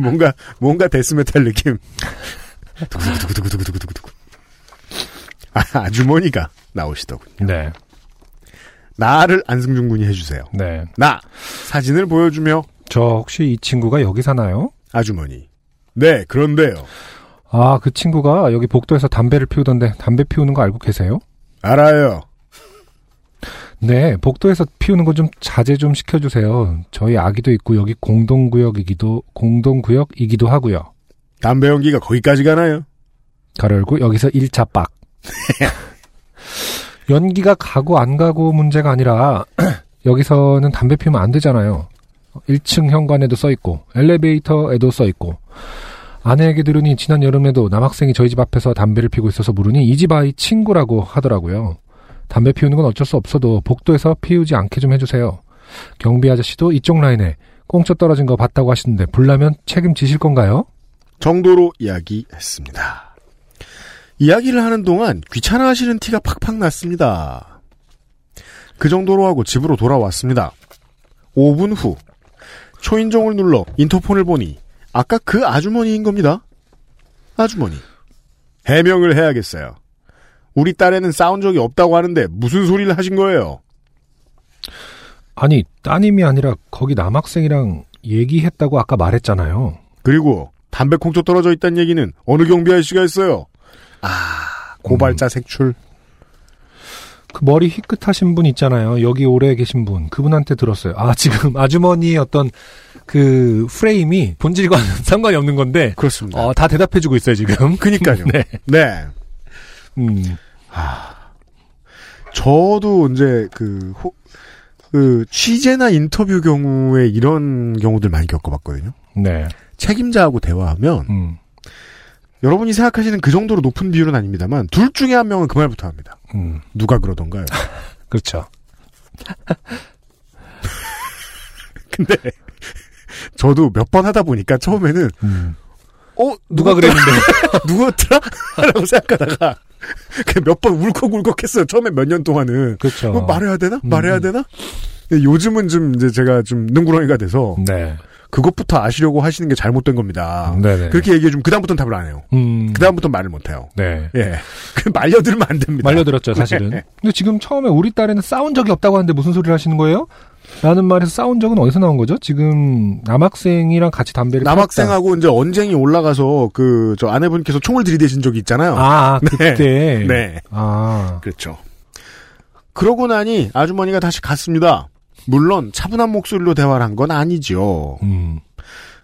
뭔가 뭔가 데스메탈 느낌. 두구두구두구두구두구두구두구. 아, 아주머니가 나오시더군. 네. 나를 안승준 군이 해주세요. 네. 나 사진을 보여주며 저 혹시 이 친구가 여기 사나요? 아주머니. 네 그런데요. 아, 그 친구가 여기 복도에서 담배를 피우던데 담배 피우는 거 알고 계세요? 알아요. 네, 복도에서 피우는 거 좀 자제 좀 시켜주세요. 저희 아기도 있고 여기 공동구역이기도 공동구역이기도 하고요. 담배 연기가 거기까지 가나요? 가로 열고 여기서 1차 빡. 연기가 가고 안 가고 문제가 아니라 여기서는 담배 피우면 안 되잖아요. 1층 현관에도 써 있고 엘리베이터에도 써 있고 아내에게 들으니 지난 여름에도 남학생이 저희 집 앞에서 담배를 피우고 있어서 물으니 이 집 아이 친구라고 하더라고요. 담배 피우는 건 어쩔 수 없어도 복도에서 피우지 않게 좀 해주세요. 경비 아저씨도 이쪽 라인에 꽁초 떨어진 거 봤다고 하시는데 불나면 책임지실 건가요? 정도로 이야기했습니다. 이야기를 하는 동안 귀찮아하시는 티가 팍팍 났습니다. 그 정도로 하고 집으로 돌아왔습니다. 5분 후 초인종을 눌러 인터폰을 보니 아까 그 아주머니인 겁니다. 아주머니 해명을 해야겠어요. 우리 딸에는 싸운 적이 없다고 하는데 무슨 소리를 하신 거예요? 아니 따님이 아니라 거기 남학생이랑 얘기했다고 아까 말했잖아요. 그리고 담배 콩초 떨어져 있다는 얘기는 어느 경비 아저씨가 했어요? 아 고발자 색출 그 머리 희끗하신 분 있잖아요. 여기 오래 계신 분 그분한테 들었어요. 아 지금 아주머니의 어떤 그 프레임이 본질과는 상관이 없는 건데 그렇습니다. 어, 다 대답해주고 있어요 지금. 네. 그니까요. 네. 네. 음. 저도 이제 그, 호- 그 취재나 인터뷰 경우에 이런 경우들 많이 겪어봤거든요. 네. 책임자하고 대화하면 음. 여러분이 생각하시는 그 정도로 높은 비율은 아닙니다만 둘 중에 한 명은 그 말부터 합니다. 음. 누가 그러던가요? 그렇죠. 근데 저도 몇 번 하다 보니까 처음에는 음. 어 누가 그랬는데? 누구더라라고 생각하다가 그 몇 번 울컥울컥했어요. 처음에 몇 년 동안은 그렇죠. 이거 뭐 말해야 되나 음. 말해야 되나 요즘은 좀 이제 제가 좀 능구렁이가 돼서 네. 그것부터 아시려고 하시는 게 잘못된 겁니다. 네네. 그렇게 얘기해주면 그다음부터는 답을 안 해요. 음. 그다음부터는 말을 못 해요. 네. 예. 그 말려들면 안 됩니다. 네. 말려들었죠, 사실은. 근데 지금 처음에 우리 딸에는 싸운 적이 없다고 하는데 무슨 소리를 하시는 거예요? 라는 말에서 싸운 적은 어디서 나온 거죠? 지금 남학생이랑 같이 담배를 폈다. 남학생하고 이제 언쟁이 올라가서 그 저 아내분께서 총을 들이대신 적이 있잖아요. 아, 아, 네. 그때. 네. 아, 그렇죠. 그러고 나니 아주머니가 다시 갔습니다. 물론 차분한 목소리로 대화를 한 건 아니지요. 음,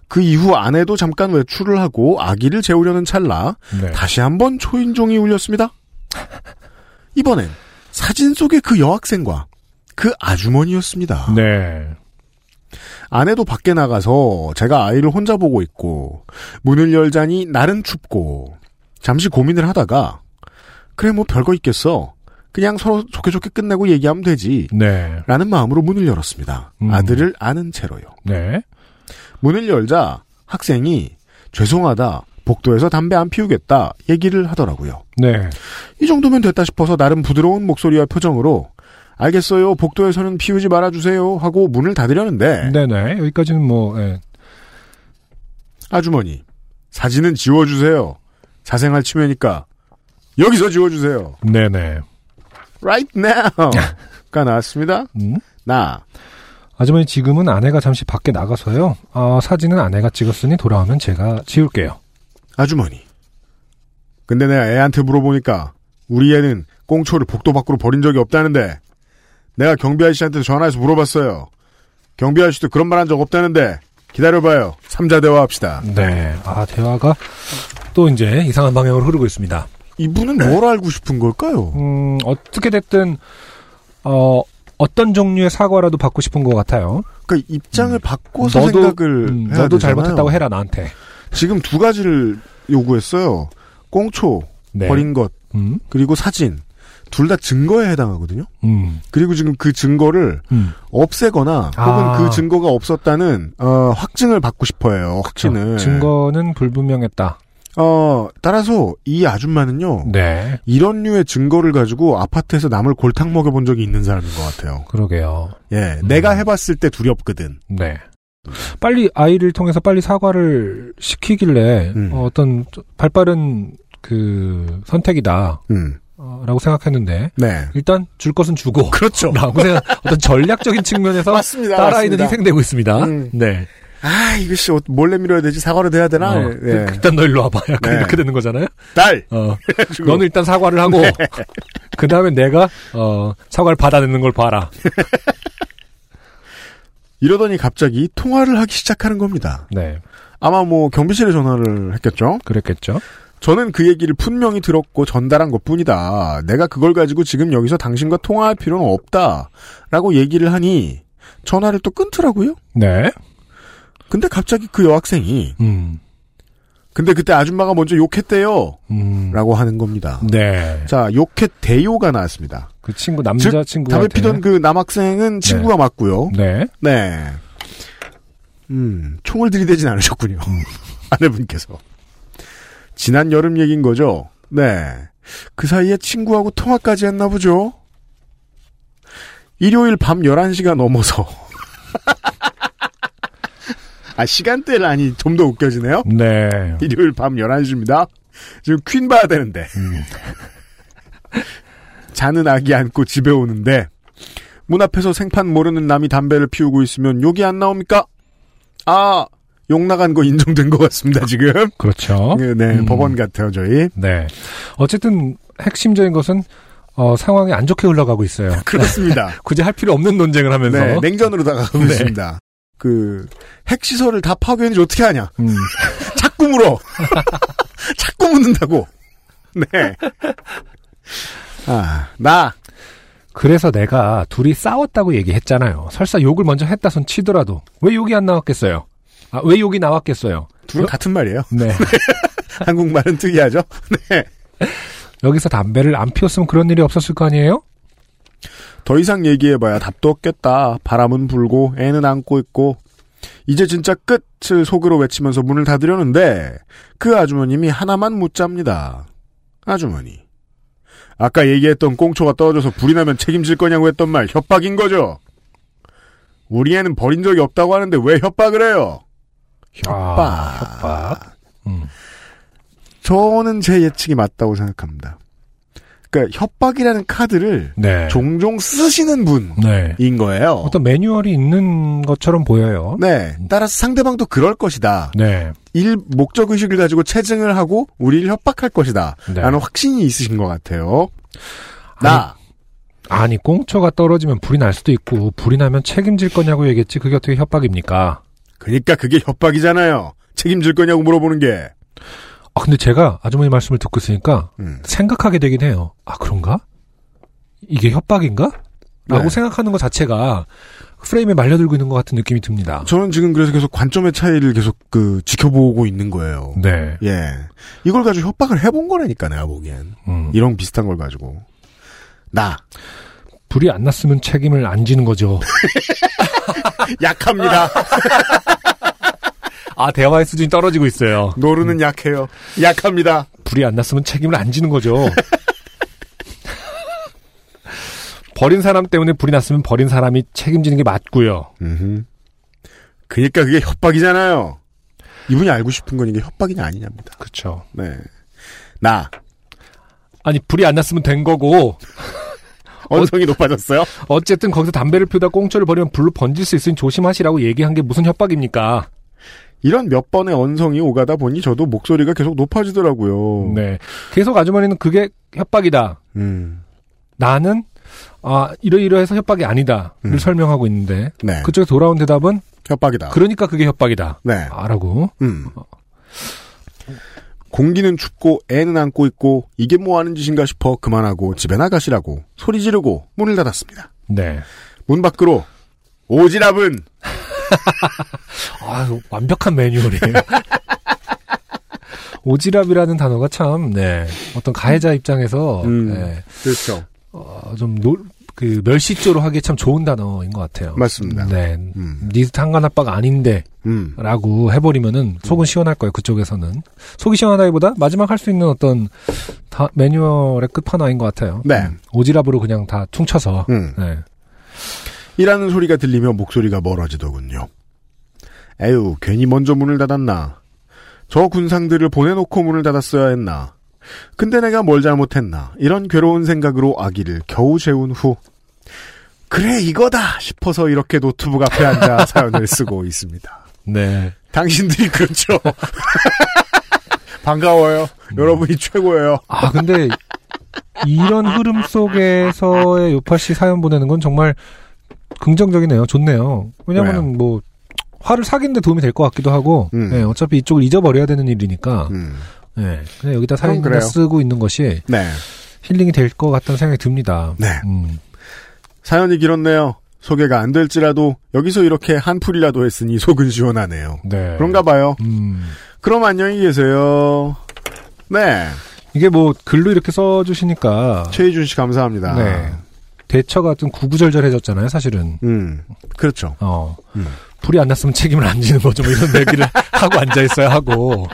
그 이후 아내도 잠깐 외출을 하고 아기를 재우려는 찰나 네. 다시 한번 초인종이 울렸습니다. 이번엔 사진 속의 그 여학생과 그 아주머니였습니다. 네. 아내도 밖에 나가서 제가 아이를 혼자 보고 있고 문을 열자니 날은 춥고 잠시 고민을 하다가 그래 뭐 별거 있겠어. 그냥 서로 좋게 좋게 끝내고 얘기하면 되지. 네. 라는 마음으로 문을 열었습니다. 음. 아들을 아는 채로요. 네. 문을 열자 학생이 죄송하다. 복도에서 담배 안 피우겠다 얘기를 하더라고요. 네. 이 정도면 됐다 싶어서 나름 부드러운 목소리와 표정으로 알겠어요. 복도에서는 피우지 말아주세요 하고 문을 닫으려는데 네네. 여기까지는 뭐, 예. 아주머니 사진은 지워주세요. 자생할 치매니까 여기서 지워주세요. 네네. Right now가 나왔습니다. 음? 나 아주머니 지금은 아내가 잠시 밖에 나가서요. 아, 사진은 아내가 찍었으니 돌아오면 제가 지울게요. 아주머니. 근데 내가 애한테 물어보니까 우리 애는 꽁초를 복도 밖으로 버린 적이 없다는데 내가 경비 아저씨한테 전화해서 물어봤어요. 경비 아저씨도 그런 말 한 적 없다는데 기다려봐요. 삼자 대화합시다. 네. 아, 대화가 또 이제 이상한 방향으로 흐르고 있습니다. 이분은 뭘 알고 싶은 걸까요? 음, 어떻게 됐든, 어, 어떤 종류의 사과라도 받고 싶은 것 같아요. 그러니까 입장을 바꿔서 생각을 음, 해야 너도 되잖아요. 잘못했다고 해라, 나한테. 지금 두 가지를 요구했어요. 꽁초 네. 버린 것 음, 그리고 사진 둘 다 증거에 해당하거든요. 음, 그리고 지금 그 증거를 음. 없애거나 아. 혹은 그 증거가 없었다는 어, 확증을 받고 싶어요. 확신을. 증거는 불분명했다. 어 따라서 이 아줌마는요 네. 이런 류의 증거를 가지고 아파트에서 남을 골탕 먹여본 적이 있는 사람인 것 같아요. 그러게요. 예, 음. 내가 해봤을 때 두렵거든. 네. 빨리 아이를 통해서 빨리 사과를 시키길래 음. 어, 어떤 발빠른 그 선택이다라고 음, 생각했는데 네. 일단 줄 것은 주고 그렇죠. 라고 생각 어떤 전략적인 측면에서 맞습니다. 어? 딸아이는 맞습니다. 희생되고 있습니다. 음. 네. 아 이것이 어- 몰래 밀어야 되지 사과를 해야 되나? 어, 예. 일단 너 일로 와봐. 약간 네. 이렇게 되는 거잖아요. 딸. 어, 너는 일단 사과를 하고 네. 그 다음에 내가 어, 사과를 받아내는 걸 봐라. 이러더니 갑자기 통화를 하기 시작하는 겁니다. 네, 아마 뭐 경비실에 전화를 했겠죠. 그랬겠죠. 저는 그 얘기를 분명히 들었고 전달한 것 뿐이다. 내가 그걸 가지고 지금 여기서 당신과 통화할 필요는 없다. 라고 얘기를 하니 전화를 또 끊더라고요. 네. 근데 갑자기 그 여학생이 음, 근데 그때 아줌마가 먼저 욕했대요. 음, 라고 하는 겁니다. 네. 자, 욕했대요가 나왔습니다. 그 친구 남자 친구가 담배 피던 그 남학생은 친구가 맞고요. 네. 네. 음, 총을 들이대진 않으셨군요. 아내분께서. 지난 여름 얘기인 거죠? 네. 그 사이에 친구하고 통화까지 했나 보죠? 일요일 밤 11시가 넘어서. 아, 시간대를 아니, 좀 더 웃겨지네요? 네. 일요일 밤 11시입니다. 지금 퀸 봐야 되는데. 자는 아기 안고 집에 오는데, 문 앞에서 생판 모르는 남이 담배를 피우고 있으면 욕이 안 나옵니까? 아, 욕 나간 거 인정된 것 같습니다, 지금. 그렇죠. 네, 네, 음. 법원 같아요, 저희. 네. 어쨌든 핵심적인 것은 어, 상황이 안 좋게 흘러가고 있어요. 그렇습니다. 굳이 할 필요 없는 논쟁을 하면서. 네, 냉전으로 다가가고 있습니다. 그, 핵시설을 다 파괴했는지 어떻게 하냐. 음, 자꾸 물어. 자꾸 묻는다고. 네. 아, 나. 그래서 내가 둘이 싸웠다고 얘기했잖아요. 설사 욕을 먼저 했다손 치더라도 왜 욕이 안 나왔겠어요? 아, 왜 욕이 나왔겠어요? 둘은 같은 말이에요. 네. 한국말은 특이하죠? 네. 여기서 담배를 안 피웠으면 그런 일이 없었을 거 아니에요? 더 이상 얘기해봐야 답도 없겠다. 바람은 불고, 애는 안고 있고. 이제 진짜 끝을 속으로 외치면서 문을 닫으려는데, 그 아주머님이 하나만 묻자입니다. 아주머니. 아까 얘기했던 꽁초가 떨어져서 불이 나면 책임질 거냐고 했던 말 협박인 거죠? 우리 애는 버린 적이 없다고 하는데 왜 협박을 해요? 아, 협박. 협박. 아, 음. 저는 제 예측이 맞다고 생각합니다. 그러니까 협박이라는 카드를 네. 종종 쓰시는 분인 네. 거예요. 어떤 매뉴얼이 있는 것처럼 보여요. 네. 따라서 상대방도 그럴 것이다. 네. 일 목적 의식을 가지고 체증을 하고 우리를 협박할 것이다. 네. 라는 확신이 있으신 것 같아요. 나 아니, 꽁초가 떨어지면 불이 날 수도 있고, 불이 나면 책임질 거냐고 얘기했지, 그게 어떻게 협박입니까? 그러니까 그게 협박이잖아요. 책임질 거냐고 물어보는 게. 아, 근데 제가 아주머니 말씀을 듣고 있으니까, 음. 생각하게 되긴 해요. 아, 그런가? 이게 협박인가? 라고 네. 생각하는 것 자체가 프레임에 말려들고 있는 것 같은 느낌이 듭니다. 저는 지금 그래서 계속 관점의 차이를 계속 그 지켜보고 있는 거예요. 네. 예. 이걸 가지고 협박을 해본 거라니까 내가 보기엔. 음. 이런 비슷한 걸 가지고. 나 불이 안 났으면 책임을 안 지는 거죠. 약합니다. 아, 대화의 수준이 떨어지고 있어요. 노루는 약해요. 약합니다. 불이 안 났으면 책임을 안 지는 거죠. 버린 사람 때문에 불이 났으면 버린 사람이 책임지는 게 맞고요. 음. 그러니까 그니까 그게 협박이잖아요. 이분이 알고 싶은 건 이게 협박이냐 아니냐입니다. 그렇죠. 네. 나 아니 불이 안 났으면 된 거고 언성이 높아졌어요? 어쨌든 거기서 담배를 피우다 꽁초를 버리면 불로 번질 수 있으니 조심하시라고 얘기한 게 무슨 협박입니까? 이런 몇 번의 언성이 오가다 보니 저도 목소리가 계속 높아지더라고요. 네. 계속 아주머니는 그게 협박이다. 음. 나는 아 이러이러해서 협박이 아니다를 음. 설명하고 있는데 네. 그쪽에 돌아온 대답은 협박이다. 그러니까 그게 협박이다. 네. 아라고. 음. 공기는 춥고 애는 안고 있고 이게 뭐 하는 짓인가 싶어 그만하고 집에 나가시라고 소리 지르고 문을 닫았습니다. 네. 문 밖으로 오지랖은 아 완벽한 매뉴얼이에요. 오지랖이라는 단어가 참, 네, 어떤 가해자 입장에서, 음. 네, 그렇죠. 어, 좀 놀, 그, 멸시조로 하기에 참 좋은 단어인 것 같아요. 맞습니다. 네. 음. 니 상관 아빠가 아닌데, 음. 라고 해버리면은 속은 시원할 거예요, 그쪽에서는. 속이 시원하다기보다 마지막 할 수 있는 어떤 다, 매뉴얼의 끝판왕인 것 같아요. 네. 음, 오지랖으로 그냥 다 퉁쳐서. 음. 네. 이라는 소리가 들리며 목소리가 멀어지더군요. 에휴, 괜히 먼저 문을 닫았나. 저 군상들을 보내놓고 문을 닫았어야 했나. 근데 내가 뭘 잘못했나. 이런 괴로운 생각으로 아기를 겨우 재운 후, 그래, 이거다! 싶어서 이렇게 노트북 앞에 앉아 사연을 쓰고 있습니다. 네. 당신들이 그렇죠. 음. 반가워요. 여러분이 최고예요. 아, 근데 이런 흐름 속에서의 요파 씨 사연 보내는 건 정말 긍정적이네요. 좋네요. 왜냐면은 뭐, 화를 사귀는데 도움이 될 것 같기도 하고, 음. 네, 어차피 이쪽을 잊어버려야 되는 일이니까, 음, 네, 그냥 여기다 사연 그래요. 쓰고 있는 것이 네. 힐링이 될 것 같다는 생각이 듭니다. 네. 음. 사연이 길었네요. 소개가 안 될지라도 여기서 이렇게 한풀이라도 했으니 속은 시원하네요. 네. 그런가 봐요. 음. 그럼 안녕히 계세요. 네. 이게 뭐 글로 이렇게 써주시니까 최희준 씨 감사합니다. 네. 대처가 좀 구구절절해졌잖아요, 사실은. 음. 그렇죠. 어. 음. 불이 안 났으면 책임을 안 지는 거죠. 뭐 이런 얘기를 하고 앉아 있어야 하고.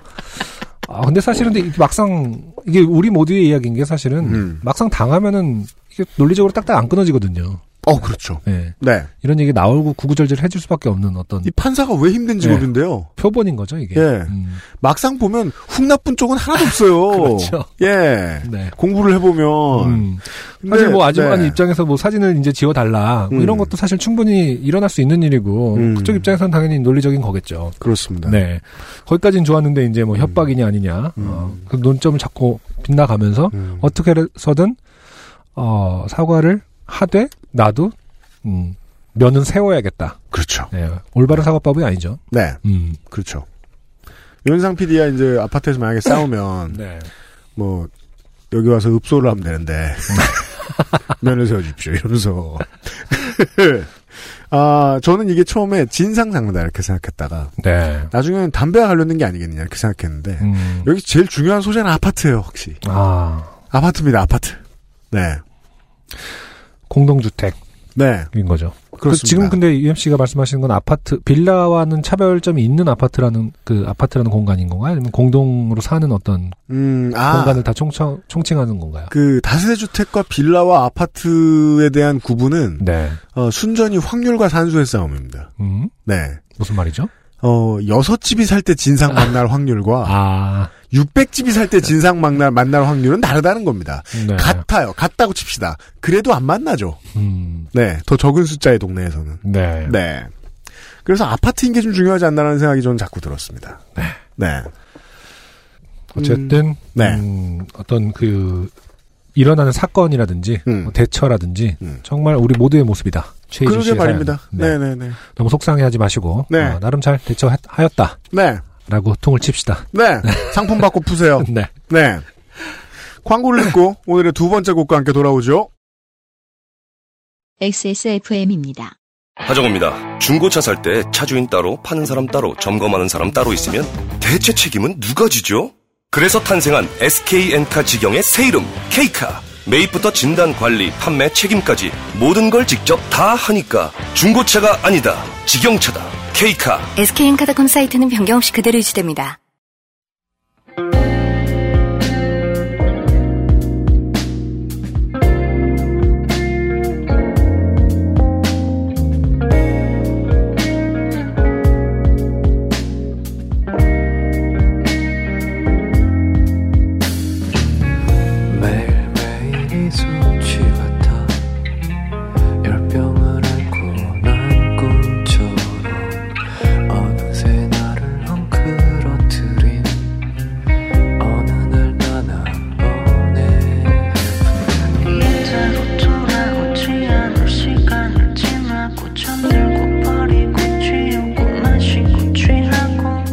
아, 근데 사실은 근데 이게 막상 이게 우리 모두의 이야기인 게 사실은 음. 막상 당하면은 이게 논리적으로 딱딱 안 끊어지거든요. 어, 그렇죠. 예. 네. 이런 얘기 나오고 구구절절 해줄 수밖에 없는 어떤 이 판사가 왜 힘든 네. 직업인데요. 표본인 거죠, 이게. 예. 음, 막상 보면 훅 나쁜 쪽은 하나도 없어요. 그렇죠. 예. 네. 공부를 해보면. 음. 근데, 사실 뭐 아주머니 네. 입장에서 뭐 사진을 이제 지워달라 뭐 음. 이런 것도 사실 충분히 일어날 수 있는 일이고 음. 그쪽 입장에서는 당연히 논리적인 거겠죠. 그렇습니다. 네. 거기까지는 좋았는데 이제 뭐 협박이냐 아니냐 어, 그 논점을 자꾸 빗나가면서 음. 어떻게 해서든 어, 사과를 하되 나도 음, 면은 세워야겠다. 그렇죠. 네. 올바른 사과법이 아니죠. 네. 음. 그렇죠. 윤상 PD야 이제 아파트에서 만약에 싸우면 네. 뭐 여기 와서 읍소를 하면 되는데 면을 세워주십시오 이러면서 아 저는 이게 처음에 진상상다 이렇게 생각했다가 네. 나중에는 담배와 관련된 게 아니겠느냐 이렇게 생각했는데 음. 여기 제일 중요한 소재는 아파트예요 혹시 아 아파트입니다 아파트 네네 네, 공동주택. 인 거죠. 그 그렇습니다 지금 근데 UMC가 말씀하시는 건 아파트 빌라와는 차별점이 있는 아파트라는 그 아파트라는 공간인 건가요? 아니면 공동으로 사는 어떤 음아그 그 공간을 다 총청, 총칭하는 건가요? 다세대 주택과 빌라와 아파트에 대한 구분은 네. 어, 순전히 확률과 산수의 싸움입니다 음? 네 무슨 말이죠? 어, 여섯 집이 살 때 진상 만날 확률과 아, 600집이 살 때 진상 만날, 만날 확률은 다르다는 겁니다. 네. 같아요. 같다고 칩시다. 그래도 안 만나죠. 음, 네. 더 적은 숫자의 동네에서는. 네. 네. 그래서 아파트인 게 좀 중요하지 않나라는 생각이 저는 자꾸 들었습니다. 네. 어쨌든 네. 음, 어떤 그 일어나는 사건이라든지 음. 뭐 대처라든지 음. 정말 우리 모두의 모습이다. 최희준 그러게 씨의 말입니다. 사연. 네. 네네네. 네. 너무 속상해하지 마시고 네. 어, 나름 잘 대처하였다라고 네. 통을 칩시다. 네. 상품 받고 푸세요. 네. 네. 광고를 듣고 오늘의 두 번째 곡과 함께 돌아오죠. XSFM입니다. 하정우입니다. 중고차 살 때 차주인 따로, 파는 사람 따로, 점검하는 사람 따로 있으면 대체 책임은 누가 지죠? 그래서 탄생한 SKN카 직영의 새 이름, K카. 매입부터 진단, 관리, 아 판매, 책임까지 모든 걸 직접 다 하니까 중고차가 아니다. 직영차다. K카 SK엔카닷컴 사이트는 변경 없이 그대로 유지됩니다. 매일매일이 수치 같아 열병을 앓고 난 꿈처럼 어느새 나를 헝클어뜨린 어느 날 나는 너네 이대로 돌아오지 않을 시간을 지나고 잠들고 버리고 지우고 마시고 취하고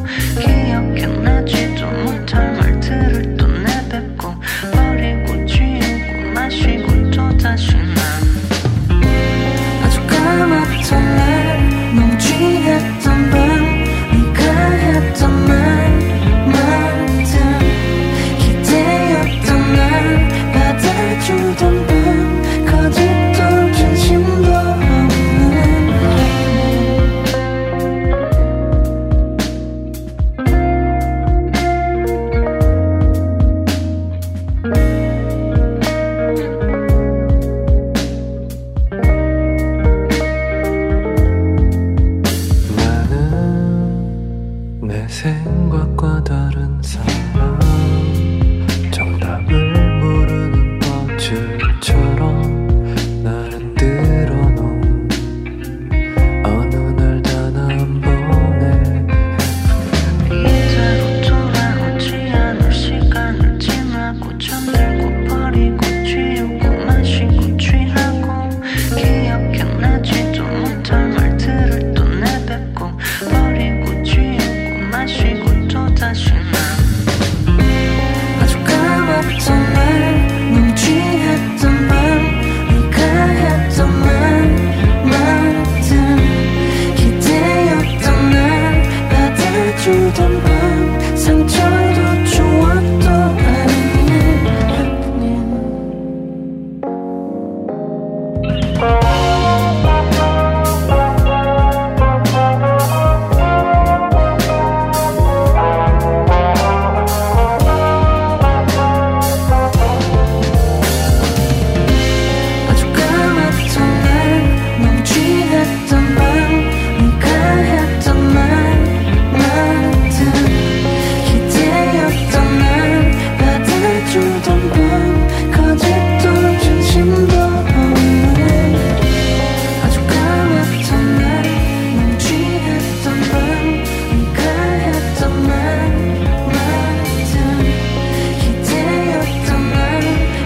기억해 나지도 못할 말들을 또 내뱉고 버리고 지우고 마시고 또 다시 난 아주 까맣던 날 너무 취했던 밤 네가 했던 말만큼 기대였던 날 받아주던 밤 거짓도 진심도 없는 나는 내 생각과 다른 사람 정답을 모르는 버즐처럼 나를 들어놓은 어느 날 단 한 번의 이대로 돌아오지 않을 시간을 지나고 잠들고 버리고 지우고 마시고 취하고 기억해 나지도 못할 말들을 또 내뱉고 버리고 지우고 마시고 또 다시 난 아주 까맣던 날 너무 취했던 밤 네가 했던 말만큼 기대였던 날 받아주던 밤 상처도 추억도 아닌 happening 아주 까맣던 날 너무 취했던 밤 네가 했던 말만큼 기대였던 날 받아주던 밤 거짓도 진심도 없는 아주 까맣던 날 너무 취했던 밤 네가 했던 말만큼 기대였던 날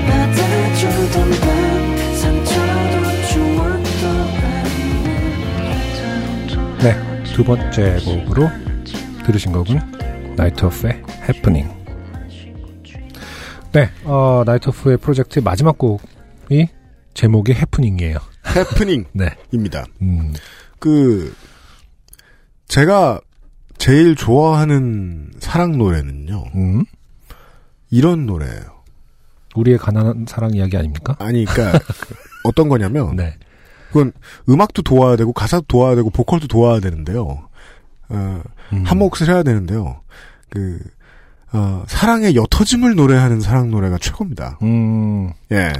받아주던 밤 상처도 추억도 아닌 네, 두 번째 곡으로 들으신 곡은 나이트 오프의 해프닝. 네, 어, 나이트 오프의 프로젝트 마지막 곡이 제목이 해프닝이에요. 해프닝입니다. 네. 음, 그 제가 제일 좋아하는 사랑 노래는요. 음. 이런 노래예요. 우리의 가난한 사랑 이야기 아닙니까? 아니 그러니까 어떤 거냐면 네. 그건 음악도 도와야 되고 가사도 도와야 되고 보컬도 도와야 되는데요. 어, 음. 한 몫을 해야 되는데요. 그 어, 사랑의 옅어짐을 노래하는 사랑 노래가 최고입니다. 음, 예.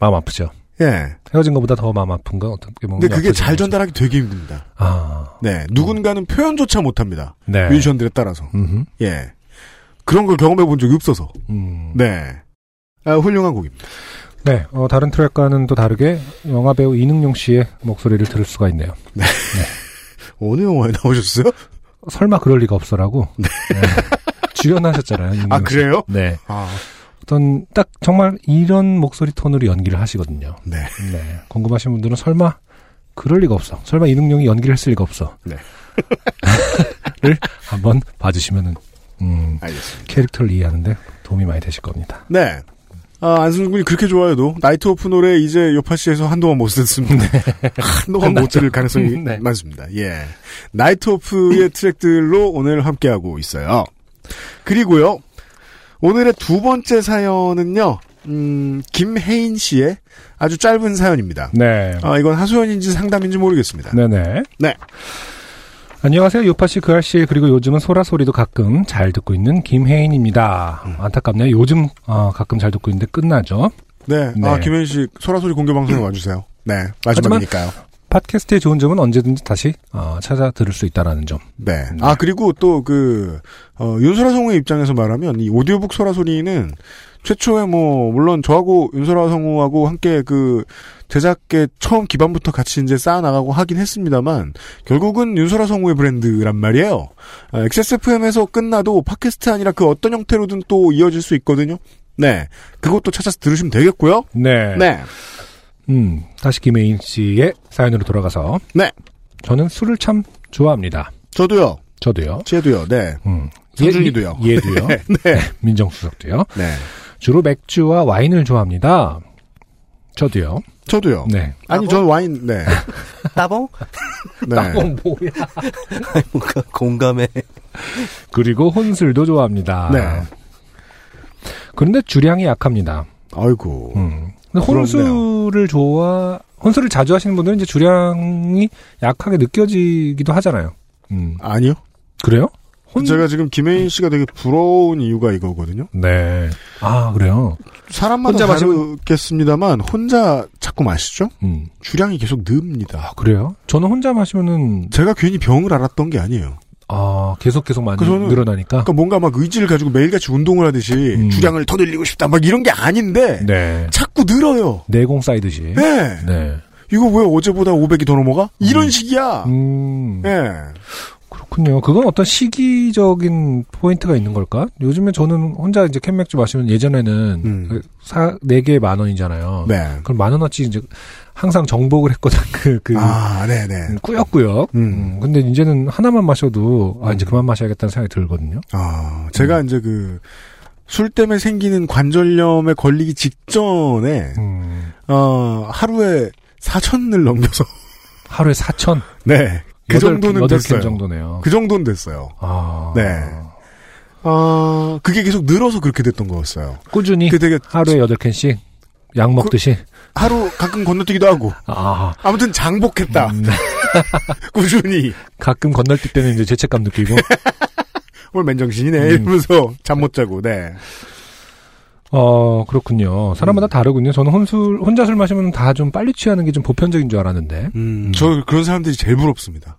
마음 아프죠. 예. 헤어진 것보다 더 마음 아픈 건 어떻게 보면. 근데 그게 아프지 잘 않죠. 전달하기 되게 힘듭니다. 아, 네. 누군가는 표현조차 못합니다. 네. 뮤지션들에 따라서. 음흠, 예. 그런 걸 경험해 본 적이 없어서. 음. 네. 아, 훌륭한 곡입니다. 네, 어, 다른 트랙과는 또 다르게 영화 배우 이능용 씨의 목소리를 들을 수가 있네요. 어느 영화에 나오셨어요? 설마 그럴 리가 없어라고 네. 출연하셨잖아요. 이능용 아, 씨. 그래요? 네, 아, 어떤 딱 정말 이런 목소리 톤으로 연기를 하시거든요. 네. 네, 궁금하신 분들은 설마 그럴 리가 없어. 설마 이능용이 연기를 했을 리가 없어. 네. 를 한번 봐주시면은 음, 알겠습니다. 캐릭터를 이해하는데 도움이 많이 되실 겁니다. 네. 아, 안승준 군이 그렇게 좋아해도 나이트 오프 노래 이제 요파 씨에서 한동안 못 듣습니다. 아, 한동안 못 들을 가능성이 네. 많습니다. 예. 나이트 오프의 트랙들로 오늘 함께하고 있어요. 그리고요. 오늘의 두 번째 사연은요. 음, 김혜인 씨의 아주 짧은 사연입니다. 네, 아, 이건 하소연인지 상담인지 모르겠습니다. 네네. 네. 안녕하세요. 요파씨, 그알씨, 그리고 요즘은 소라소리도 가끔 잘 듣고 있는 김혜인입니다. 음, 안타깝네요. 요즘, 아, 가끔 잘 듣고 있는데 끝나죠. 네. 아, 네. 김현 씨, 소라소리 공개 방송에 와주세요. 네. 마지막이니까요. 팟캐스트의 좋은 점은 언제든지 다시, 아, 찾아 들을 수 있다라는 점. 네. 아, 그리고 또 그, 어, 윤소라 성우의 입장에서 말하면 이 오디오북 소라 소리는 최초에 뭐, 물론 저하고 윤소라 성우하고 함께 그, 제작계 처음 기반부터 같이 이제 쌓아나가고 하긴 했습니다만, 결국은 윤소라 성우의 브랜드란 말이에요. 아, XSFM에서 끝나도 팟캐스트 아니라 그 어떤 형태로든 또 이어질 수 있거든요. 네. 그것도 찾아서 들으시면 되겠고요. 네. 네. 음, 다시 김혜인 씨의 사연으로 돌아가서. 네. 저는 술을 참 좋아합니다. 저도요. 저도요. 쟤도요. 네. 음. 성준이도요. 얘, 도요 네. 민정수석도요. 네. 주로 맥주와 와인을 좋아합니다. 저도요. 저도요. 네. 아니, 전 와인, 네. 따봉? 네. 뭐야. 뭔가 공감해. 그리고 혼술도 좋아합니다. 네. 그런데 주량이 약합니다. 아이고. 음. 근데 그렇네요. 혼술을 좋아, 혼술을 자주 하시는 분들은 이제 주량이 약하게 느껴지기도 하잖아요. 음. 아니요. 그래요? 혼- 제가 지금 김혜인 씨가 되게 부러운 이유가 이거거든요. 네. 아, 그래요? 사람마다 혼자 마시면- 다르겠습니다만 혼자 자꾸 마시죠? 음. 주량이 계속 늡니다. 아, 그래요? 저는 혼자 마시면은, 제가 괜히 병을 알았던 게 아니에요. 아, 계속 계속 많이 그 저는- 늘어나니까? 그러니까 뭔가 막 의지를 가지고 매일같이 운동을 하듯이 음. 주량을 더 늘리고 싶다 막 이런 게 아닌데 네. 자꾸 늘어요. 내공 쌓이듯이. 예. 네. 이거 왜 어제보다 500이 더 넘어가? 이런 식이야. 음. 예. 그렇군요. 그건 어떤 시기적인 포인트가 있는 걸까? 요즘에 저는 혼자 이제 캔맥주 마시면 예전에는 음. 그 사, 네 개에 만 원이잖아요. 네. 그럼 만 원어치 이제 항상 정복을 했거든. 그, 그, 아, 네, 네. 음, 꾸역꾸역. 음. 음, 근데 이제는 하나만 마셔도, 아, 이제 그만 마셔야겠다는 생각이 들거든요. 아, 제가 음. 이제 그, 술 때문에 생기는 관절염에 걸리기 직전에, 음, 어, 하루에 4천을 넘겨서. 하루에 4천. 네. 그 정도는 됐어요. 정도네요. 그 정도는 됐어요. 아. 네. 아, 그게 계속 늘어서 그렇게 됐던 거였어요. 꾸준히 그게 되게 하루에 8캔씩 약 먹듯이. 하루 가끔 건너뛰기도 하고. 아. 아무튼 장복했다. 음, 꾸준히. 가끔 건널 때는 이제 죄책감 느끼고. 오늘 맨정신이네. 음. 이러면서 잠 못 자고, 네. 어, 그렇군요. 음. 사람마다 다르군요. 저는 혼술, 혼자 술 마시면 다 좀 빨리 취하는 게 좀 보편적인 줄 알았는데. 음. 저 그런 사람들이 제일 부럽습니다.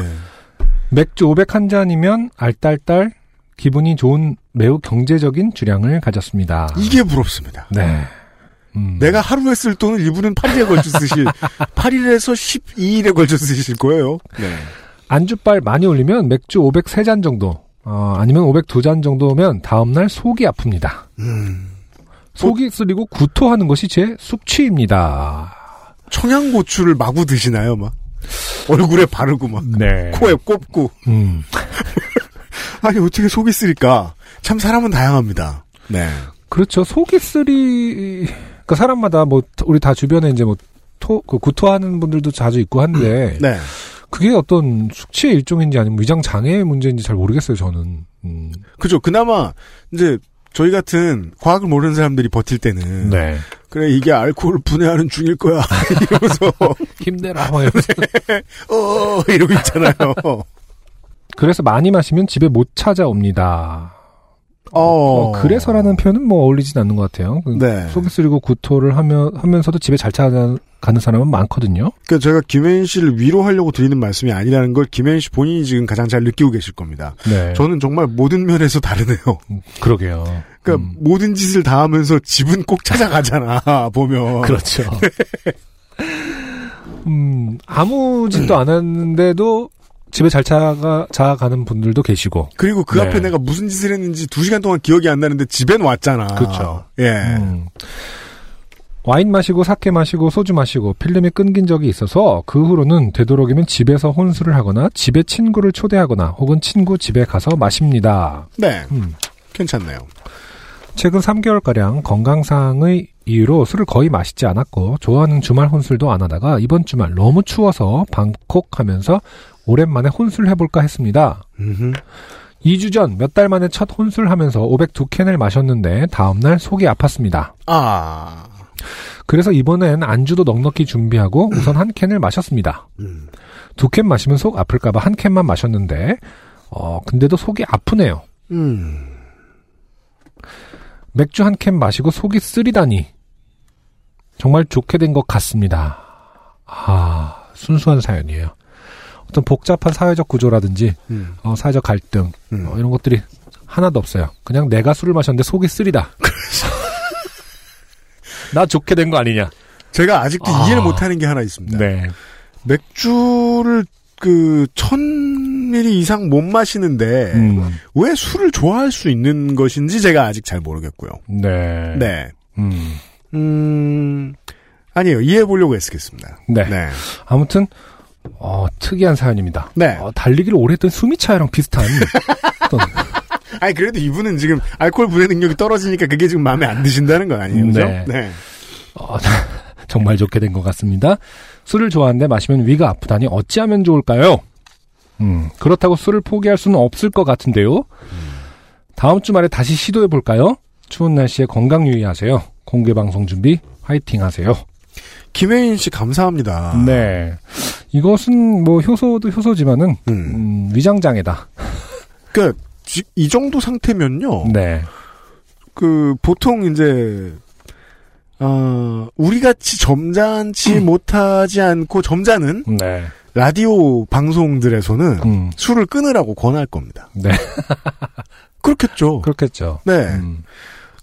예. 맥주 500 한 잔이면 알딸딸 기분이 좋은 매우 경제적인 주량을 가졌습니다. 이게 부럽습니다. 네. 음. 내가 하루에 쓸 돈을 이분은 8일에 걸쳐 쓰실, 8일에서 12일에 걸쳐 쓰실 거예요. 네. 안주빨 많이 올리면 맥주 500 3잔 정도, 어, 아니면 500 2잔 정도면 다음날 속이 아픕니다. 음. 속이 쓰리고 구토하는 것이 제 숙취입니다. 청양고추를 마구 드시나요, 막? 얼굴에 바르고 막. 네. 코에 꼽고. 음. 아니, 어떻게 속이 쓰릴까? 참 사람은 다양합니다. 네. 그렇죠. 속이 쓰리, 그러니까 사람마다 뭐, 우리 다 주변에 이제 뭐, 토, 그 구토하는 분들도 자주 있고 한데, 네. 그게 어떤 숙취의 일종인지 아니면 위장장애의 문제인지 잘 모르겠어요, 저는. 음. 그죠. 그나마, 이제, 저희 같은 과학을 모르는 사람들이 버틸 때는. 네. 그래, 이게 알코올 분해하는 중일 거야. 이러면서, 힘내라, 막 이러면서. 어, 이러고 있잖아요. 어, 그래서 많이 마시면 집에 못 찾아옵니다. 어. 어, 그래서라는 표현은 뭐 어울리진 않는 것 같아요. 그 네. 속이 쓰리고 구토를 하며, 하면서도 집에 잘 찾아가는 사람은 많거든요. 그러니까 제가 김혜인 씨를 위로하려고 드리는 말씀이 아니라는 걸 김혜인 씨 본인이 지금 가장 잘 느끼고 계실 겁니다. 네. 저는 정말 모든 면에서 다르네요. 음, 그러게요. 그러니까 음, 모든 짓을 다 하면서 집은 꼭 찾아가잖아 보면. 그렇죠. 음, 아무 짓도 안 했는데도 집에 잘 찾아가, 자아가는 분들도 계시고. 그리고 그 네. 앞에 내가 무슨 짓을 했는지 두 시간 동안 기억이 안 나는데 집엔 왔잖아. 그렇죠. 예. 음. 와인 마시고 사케 마시고 소주 마시고 필름이 끊긴 적이 있어서 그 후로는 되도록이면 집에서 혼술을 하거나 집에 친구를 초대하거나 혹은 친구 집에 가서 마십니다. 네. 음. 괜찮네요. 최근 3개월가량 건강상의 이유로 술을 거의 마시지 않았고 좋아하는 주말 혼술도 안 하다가 이번 주말 너무 추워서 방콕 하면서 오랜만에 혼술 해볼까 했습니다. 2주 전 몇 달 만에 첫 혼술하면서 502캔을 마셨는데 다음날 속이 아팠습니다. 아. 그래서 이번엔 안주도 넉넉히 준비하고 우선 한 캔을 마셨습니다. 두 캔 마시면 속 아플까봐 한 캔만 마셨는데, 어, 근데도 속이 아프네요. 음. 맥주 한 캔 마시고 속이 쓰리다니. 정말 좋게 된 것 같습니다. 아, 순수한 사연이에요. 어떤 복잡한 사회적 구조라든지, 음. 어, 사회적 갈등, 음. 어, 이런 것들이 하나도 없어요. 그냥 내가 술을 마셨는데 속이 쓰리다. 나 좋게 된 거 아니냐. 제가 아직도 아. 이해를 못하는 게 하나 있습니다. 네. 맥주를 그 천밀리 이상 못 마시는데 음, 왜 술을 좋아할 수 있는 것인지 제가 아직 잘 모르겠고요. 네. 네. 음. 음. 아니에요. 이해해 보려고 애쓰겠습니다. 네. 네. 아무튼 어, 특이한 사연입니다. 네. 어, 달리기를 오래 했던 수미차랑 비슷한 어떤 아니 그래도 이분은 지금 알코올 분해 능력이 떨어지니까 그게 지금 마음에 안 드신다는 건 아니에요. 그죠? 네. 네. 어, 정말 좋게 된 것 같습니다. 술을 좋아하는데 마시면 위가 아프다니 어찌하면 좋을까요? 음, 그렇다고 술을 포기할 수는 없을 것 같은데요. 다음 주 말에 다시 시도해 볼까요? 추운 날씨에 건강 유의하세요. 공개 방송 준비 화이팅 하세요. 김혜인 씨 감사합니다. 네. 이것은 뭐 효소도 효소지만은 음. 음, 위장 장애다. 그러니까 지- 이 정도 상태면요. 네. 그 보통 이제 어, 우리 같이 점잖지 음. 못하지 않고 점잖은 네. 라디오 방송들에서는 음. 술을 끊으라고 권할 겁니다. 네. 그렇겠죠. 그렇겠죠. 네. 음.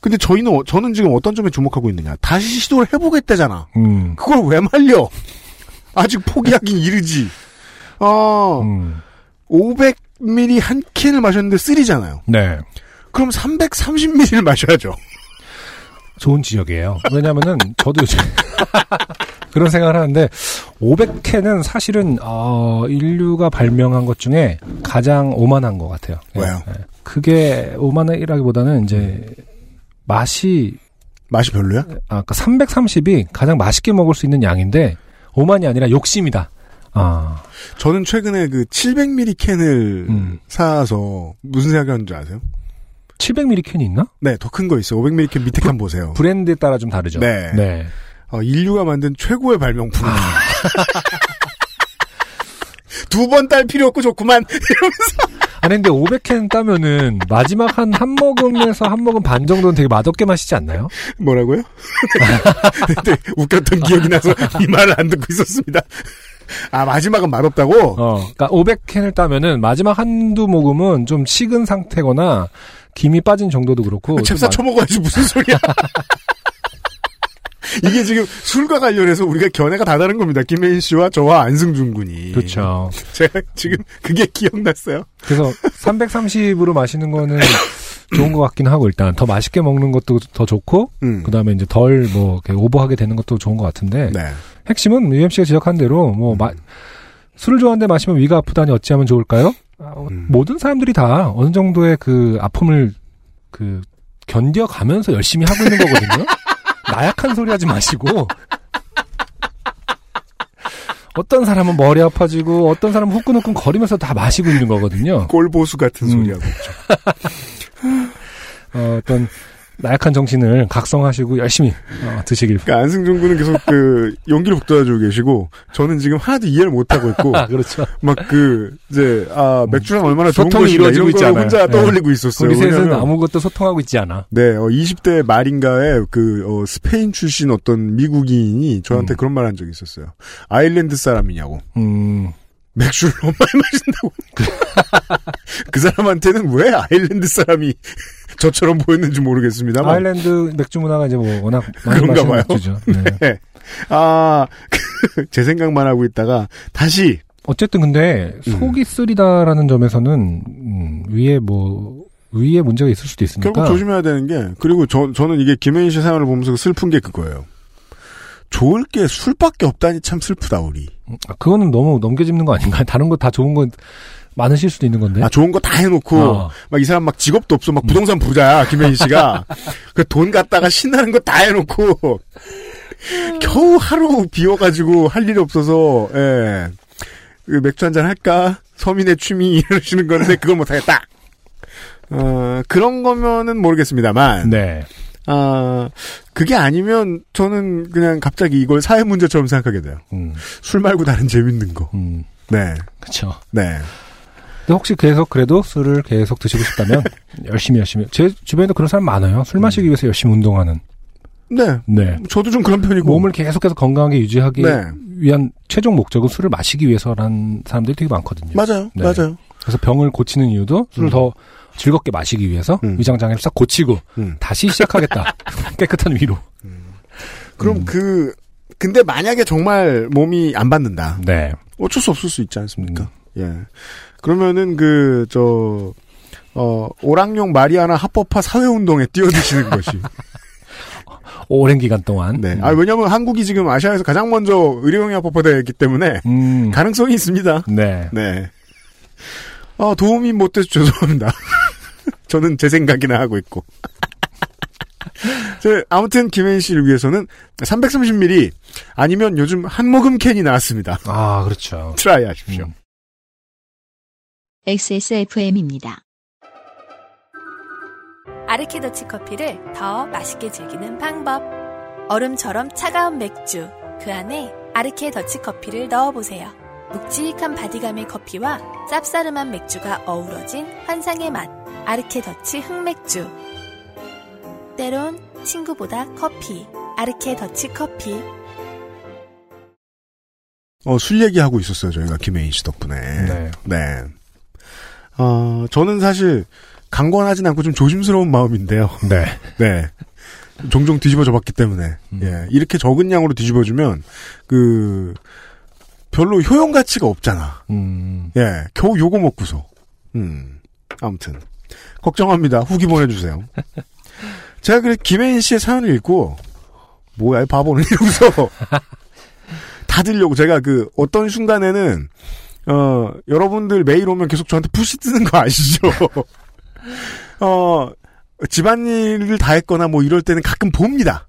근데 저희는 어- 저는 지금 어떤 점에 주목하고 있느냐. 다시 시도를 해보겠다잖아. 음. 그걸 왜 말려? 아직 포기하긴 이르지. 어, 음. 500ml 한 캔을 마셨는데 쓰리잖아요. 네. 그럼 330ml를 마셔야죠. 좋은 지적이에요. 왜냐면은, 저도 요즘, 그런 생각을 하는데, 500캔은 사실은, 어, 인류가 발명한 것 중에 가장 오만한 것 같아요. 예. 왜요? 예. 그게 오만이라기보다는 이제, 맛이, 맛이 별로야? 아까 330이 가장 맛있게 먹을 수 있는 양인데, 오만이 아니라 욕심이다. 아, 저는 최근에 그 700ml 캔을 음. 사서 무슨 생각하는지 아세요? 700ml 캔이 있나? 네, 더 큰 거 있어요. 500ml 캔 밑에 칸 보세요. 브랜드에 따라 좀 다르죠. 네. 네. 어, 인류가 만든 최고의 발명품. 두 번 딸 필요 없고 좋구만. 아니 근데 500캔 따면은 마지막 한 한 모금에서 한 모금 반 정도는 되게 맛없게 마시지 않나요? 뭐라고요? 그때 웃겼던 기억이 나서 이 말을 안 듣고 있었습니다. 아, 마지막은 맛없다고? 어, 그러니까 500캔을 따면은 마지막 한두 모금은 좀 식은 상태거나 김이 빠진 정도도 그렇고 잽싸 좀 쳐먹어야지 무슨 소리야. 이게 지금 술과 관련해서 우리가 견해가 다 다른 겁니다. 김혜인 씨와 저와 안승준 군이. 많- 그렇죠. 제가 지금 그게 기억났어요. 그래서 330으로 마시는 거는 좋은 것 같긴 하고 일단 더 맛있게 먹는 것도 더 좋고 음. 그다음에 이제 덜 뭐 오버하게 되는 것도 좋은 것 같은데 네. 핵심은 UMC가 지적한 대로 뭐 마- 술을 좋아하는데 마시면 위가 아프다니 어찌하면 좋을까요? 아, 어, 음. 모든 사람들이 다 어느 정도의 그 아픔을 그 견뎌가면서 열심히 하고 있는 거거든요. 나약한 소리 하지 마시고 어떤 사람은 머리 아파지고 어떤 사람은 후끈후끈 거리면서 다 마시고 있는 거거든요. 꼴보수 같은 음. 소리하고. 어, 떤 나약한 정신을 각성하시고 열심히 어, 드시길. 그러니까 안승준 군은 계속 그 용기를 북돋아주고 계시고 저는 지금 하나도 이해를 못하고 있고 아 그렇죠. 막 그 이제 아 맥주랑 얼마나 좋은 음. 소통이 것인가 이루어지고 이런 걸 있잖아요. 혼자 네. 떠올리고 있었어요. 우리 셋은 왜냐면 아무것도 소통하고 있지 않아. 네, 어, 20대 말인가에 그 어, 스페인 출신 어떤 미국인이 저한테 음. 그런 말 한 적이 있었어요. 아일랜드 사람이냐고. 음, 맥주를 너무 많이 마신다고. 그 사람한테는 왜 아일랜드 사람이 저처럼 보였는지 모르겠습니다만. 아일랜드 맥주 문화가 이제 뭐 워낙 많이 그런가 마시는 봐요. 맥주죠. 네. 네. 아, 제 생각만 하고 있다가 다시 어쨌든 근데 음. 속이 쓰리다라는 점에서는 음, 위에 뭐 위에 문제가 있을 수도 있으니까. 결국 조심해야 되는 게 그리고 저, 저는 이게 김혜인 씨 사연을 보면서 슬픈 게 그거예요. 좋을 게 술밖에 없다니 참 슬프다 우리. 아, 그거는 너무 넘겨짚는 거 아닌가? 다른 거 다 좋은 건 많으실 수도 있는 건데. 아 좋은 거 다 해놓고 네? 어. 막 이 사람 막 직업도 없어 막 부동산 부자야 김혜인 씨가 그 돈 갖다가 신나는 거 다 해놓고 겨우 하루 비워가지고 할 일이 없어서 예. 그 맥주 한잔 할까 서민의 취미 이러시는 건데 그걸 못하겠다. 어, 그런 거면은 모르겠습니다만 네. 아, 그게 아니면 저는 그냥 갑자기 이걸 사회 문제처럼 생각하게 돼요. 음, 술 말고 다른 재밌는 거. 음. 네. 그렇죠. 네. 근데 혹시 계속 그래도 술을 계속 드시고 싶다면 열심히 열심히 제 주변에도 그런 사람 많아요. 술 음. 마시기 위해서 열심히 운동하는. 네. 네. 저도 좀 그런 편이고. 몸을 계속해서 건강하게 유지하기 네. 위한 최종 목적은 술을 마시기 위해서라는 사람들이 되게 많거든요. 맞아요. 네. 맞아요. 그래서 병을 고치는 이유도 술을 더 즐겁게 마시기 위해서 음. 위장장애를 싹 고치고 음. 다시 시작하겠다. 깨끗한 위로. 그럼 음. 그 근데 만약에 정말 몸이 안 받는다. 네. 어쩔 수 없을 수 있지 음. 않습니까? 예. 그러면은 그 저 어, 오락용 마리아나 합법화 사회운동에 뛰어드시는 것이. 오랜 기간 동안. 음. 네. 아, 왜냐면 한국이 지금 아시아에서 가장 먼저 의료용이 합법화되었기 때문에 음. 가능성이 있습니다. 네. 네. 아, 도움이 못 돼서 죄송합니다. 저는 제 생각이나 하고 있고. 저, 아무튼 김혜인 씨를 위해서는 330ml 아니면 요즘 한 모금 캔이 나왔습니다. 아, 그렇죠. 트라이 하십시오. 음. XSFM입니다. 아르케더치 커피를 더 맛있게 즐기는 방법. 얼음처럼 차가운 맥주. 그 안에 아르케더치 커피를 넣어보세요. 묵직한 바디감의 커피와 쌉싸름한 맥주가 어우러진 환상의 맛. 아르케더치 흑맥주. 때론 친구보다 커피. 아르케더치 커피. 어, 술 얘기하고 있었어요, 저희가 김혜인 씨 덕분에. 네. 네. 어, 저는 사실 강권하진 않고 좀 조심스러운 마음인데요. 네. 네. 종종 뒤집어져 봤기 때문에. 음. 예. 이렇게 적은 양으로 뒤집어주면, 그, 별로 효용 가치가 없잖아. 음. 예. 겨우 요거 먹고서. 음. 아무튼. 걱정합니다. 후기 보내주세요. 제가 그래, 김혜인 씨의 사연을 읽고, 뭐야, 이 바보는 이러고서. 다 들려고. 제가 그, 어떤 순간에는, 어, 여러분들 메일 오면 계속 저한테 푸시 뜨는 거 아시죠? 어, 집안일을 다 했거나 뭐 이럴 때는 가끔 봅니다.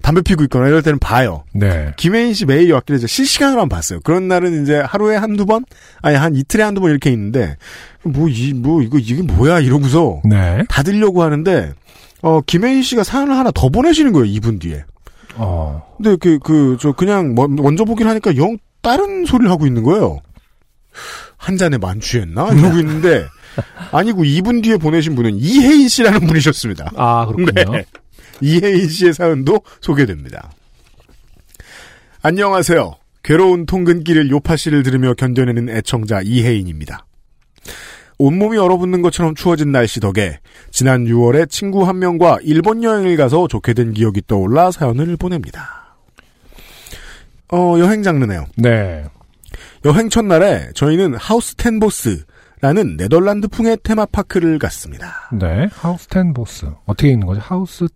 담배 피고 있거나 이럴 때는 봐요. 네. 김혜인 씨 메일이 왔길래 제가 실시간으로 한번 봤어요. 그런 날은 이제 하루에 한두 번? 아니, 한 이틀에 한두 번 이렇게 있는데, 뭐, 이, 뭐, 이거, 이게 뭐야? 이러고서 네. 닫으려고 하는데, 어, 김혜인 씨가 사연을 하나 더 보내시는 거예요, 2분 뒤에. 어. 근데 그, 그, 저 그냥 먼- 먼저 보긴 하니까 영 다른 소리를 하고 있는 거예요. 한 잔에 만취했나? 이러고 있는데, 아니고 2분 뒤에 보내신 분은 이혜인 씨라는 분이셨습니다. 아, 그렇군요. 네. 이혜인 씨의 사연도 소개됩니다. 안녕하세요. 괴로운 통근길을 요파씨를 들으며 견뎌내는 애청자 이혜인입니다. 온몸이 얼어붙는 것처럼 추워진 날씨 덕에 지난 6월에 친구 한 명과 일본 여행을 가서 좋게 된 기억이 떠올라 사연을 보냅니다. 어, 여행 장르네요. 네. 여행 첫날에 저희는 하우스 텐보스라는 네덜란드풍의 테마파크를 갔습니다. 네. 하우스 텐 보스. 어떻게 읽는 거죠? 하우스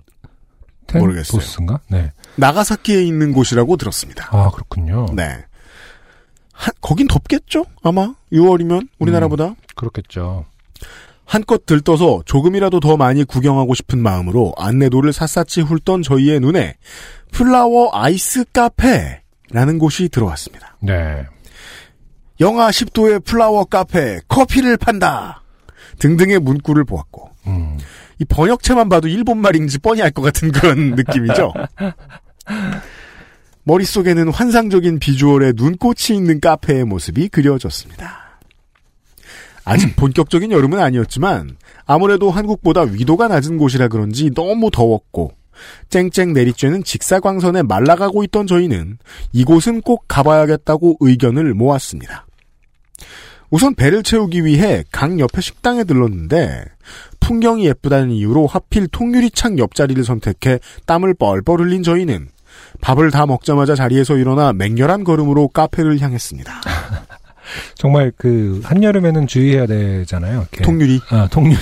텐 모르겠어요. 보스인가? 네. 나가사키에 있는 곳이라고 들었습니다. 아, 그렇군요. 네. 한- 거긴 덥겠죠? 아마 6월이면 우리나라보다 그렇겠죠. 음. 한껏 들떠서 조금이라도 더 많이 구경하고 싶은 마음으로 안내도를 샅샅이 훑던 저희의 눈에 플라워 아이스 카페라는 곳이 들어왔습니다. 네. 영하 10도의 플라워 카페 커피를 판다 등등의 문구를 보았고 음. 이 번역체만 봐도 일본 말인지 뻔히 알 것 같은 그런 느낌이죠. 머릿속에는 환상적인 비주얼에 눈꽃이 있는 카페의 모습이 그려졌습니다. 아직 본격적인 여름은 아니었지만 아무래도 한국보다 위도가 낮은 곳이라 그런지 너무 더웠고 쨍쨍 내리쬐는 직사광선에 말라가고 있던 저희는 이곳은 꼭 가봐야겠다고 의견을 모았습니다. 우선 배를 채우기 위해 강 옆에 식당에 들렀는데 풍경이 예쁘다는 이유로 하필 통유리창 옆자리를 선택해 땀을 뻘뻘 흘린 저희는 밥을 다 먹자마자 자리에서 일어나 맹렬한 걸음으로 카페를 향했습니다. 정말 그 한여름에는 주의해야 되잖아요. 이렇게. 통유리 아, 통유.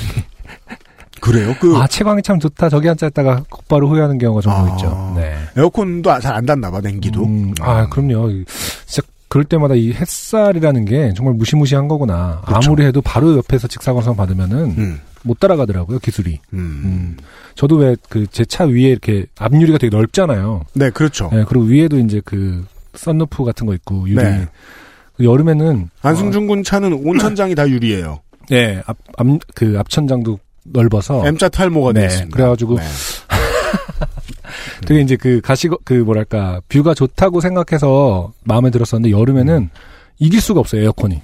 그래요? 그 아, 채광이 참 좋다. 저기 앉아 있다가 곧바로 후회하는 경우가 종종 아. 있죠. 네. 에어컨도 아, 잘 안 닿나 봐 냉기도. 음, 아, 그럼요. 이- 진짜 그럴 때마다 이 햇살이라는 게 정말 무시무시한 거구나. 그렇죠. 아무리 해도 바로 옆에서 직사광선 받으면은 음, 못 따라가더라고요, 기술이. 음. 음. 저도 왜 그 제 차 위에 이렇게 앞유리가 되게 넓잖아요. 네 그렇죠. 네, 그리고 위에도 이제 그 썬루프 같은 거 있고 유리. 네. 그 여름에는 아. 안승준 군 차는 온천장이 다 유리예요. 어, 네. 예, 앞앞 그 앞천장도 넓어서 M자 탈모가 네, 되어 있습니다. 그래가지고 네. 음. 되게 이제 그 가시 그 뭐랄까 뷰가 좋다고 생각해서 마음에 들었었는데 여름에는 이길 수가 없어요 에어컨이.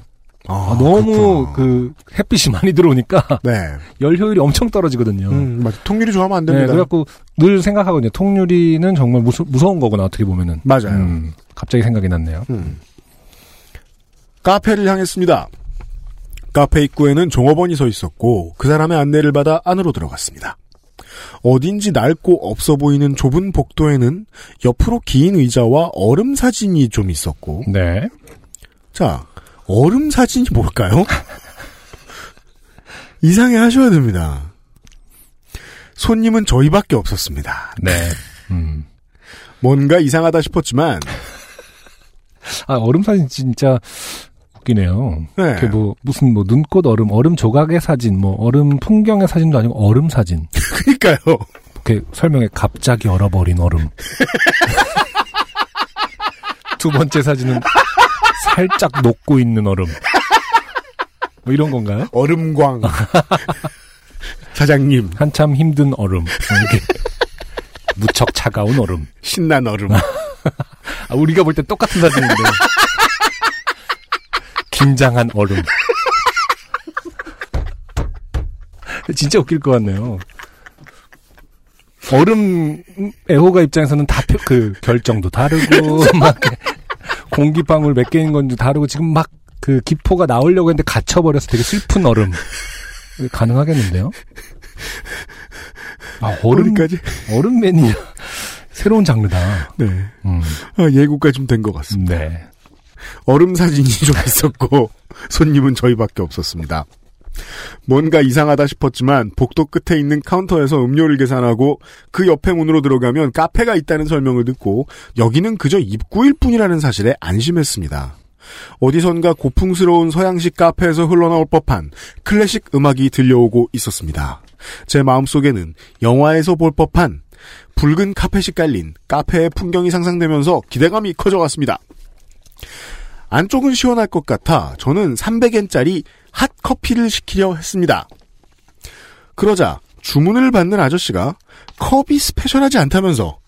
아, 아, 너무 그렇구나. 그 햇빛이 많이 들어오니까 네. 열 효율이 엄청 떨어지거든요. 음, 맞아. 통일이 좋아하면 안 네, 됩니다. 그래갖고 늘 생각하거든요. 통유리는 정말 무서, 무서운 거구나 어떻게 보면은. 맞아요. 음, 갑자기 생각이 났네요. 음. 카페를 향했습니다. 카페 입구에는 종업원이 서 있었고 그 사람의 안내를 받아 안으로 들어갔습니다. 어딘지 낡고 없어 보이는 좁은 복도에는 옆으로 긴 의자와 얼음 사진이 좀 있었고 네. 자 얼음 사진이 뭘까요? 이상해 하셔야 됩니다. 손님은 저희밖에 없었습니다. 네. 음. 뭔가 이상하다 싶었지만 아 얼음 사진 진짜 웃기네요. 네. 이렇게 뭐 무슨 뭐 눈꽃 얼음, 얼음 조각의 사진, 뭐 얼음 풍경의 사진도 아니고 얼음 사진. 그러니까요. 이렇게 설명에 갑자기 얼어버린 얼음. 두 번째 사진은 살짝 녹고 있는 얼음. 뭐 이런 건가요? 얼음광 사장님 한참 힘든 얼음. 이렇게 무척 차가운 얼음. 신난 얼음 아, 우리가 볼 때 똑같은 사진인데. 긴장한 얼음. 진짜 웃길 것 같네요. 얼음 애호가 입장에서는 다 그 결정도 다르고 막 공기방울 몇 개인 건지 다르고 지금 막 그 기포가 나오려고 했는데 갇혀버려서 되게 슬픈 얼음 가능하겠는데요? 아 얼음 얼음까지 얼음 매니아 새로운 장르다. 네 음. 아, 예고가 좀 된 것 같습니다. 네. 얼음 사진이 좀 있었고 손님은 저희밖에 없었습니다. 뭔가 이상하다 싶었지만 복도 끝에 있는 카운터에서 음료를 계산하고 그 옆에 문으로 들어가면 카페가 있다는 설명을 듣고 여기는 그저 입구일 뿐이라는 사실에 안심했습니다. 어디선가 고풍스러운 서양식 카페에서 흘러나올 법한 클래식 음악이 들려오고 있었습니다. 제 마음속에는 영화에서 볼 법한 붉은 카펫이 깔린 카페의 풍경이 상상되면서 기대감이 커져갔습니다. 안쪽은 시원할 것 같아 저는 300엔짜리 핫 커피를 시키려 했습니다. 그러자 주문을 받는 아저씨가 컵이 스페셜하지 않다면서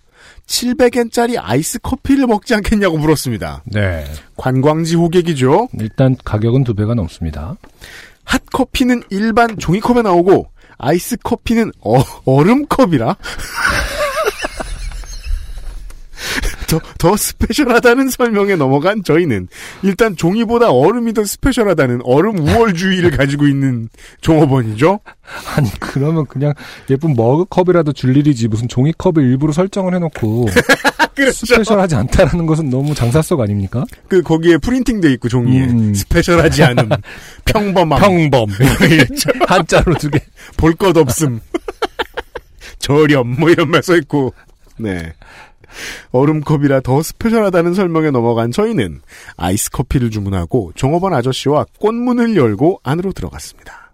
700엔짜리 아이스 커피를 먹지 않겠냐고 물었습니다. 네. 관광지 호객이죠. 일단 가격은 두 배가 넘습니다. 핫 커피는 일반 종이컵에 나오고 아이스 커피는 어, 얼음 컵이라. 더, 더 스페셜하다는 설명에 넘어간 저희는 일단 종이보다 얼음이 더 스페셜하다는 얼음 우월주의를 가지고 있는 종업원이죠. 아니 그러면 그냥 예쁜 머그컵이라도 줄 일이지 무슨 종이컵을 일부러 설정을 해놓고 그렇죠. 스페셜하지 않다라는 것은 너무 장사석 아닙니까? 그 거기에 프린팅돼 있고 종이에 음. 스페셜하지 않음 평범함 그렇죠. 평범 한자로 두 개. 볼 것 없음. 저렴, 뭐 이런 말 써 있고. 네. 얼음컵이라 더 스페셜하다는 설명에 넘어간 저희는 아이스 커피를 주문하고 종업원 아저씨와 꽃문을 열고 안으로 들어갔습니다.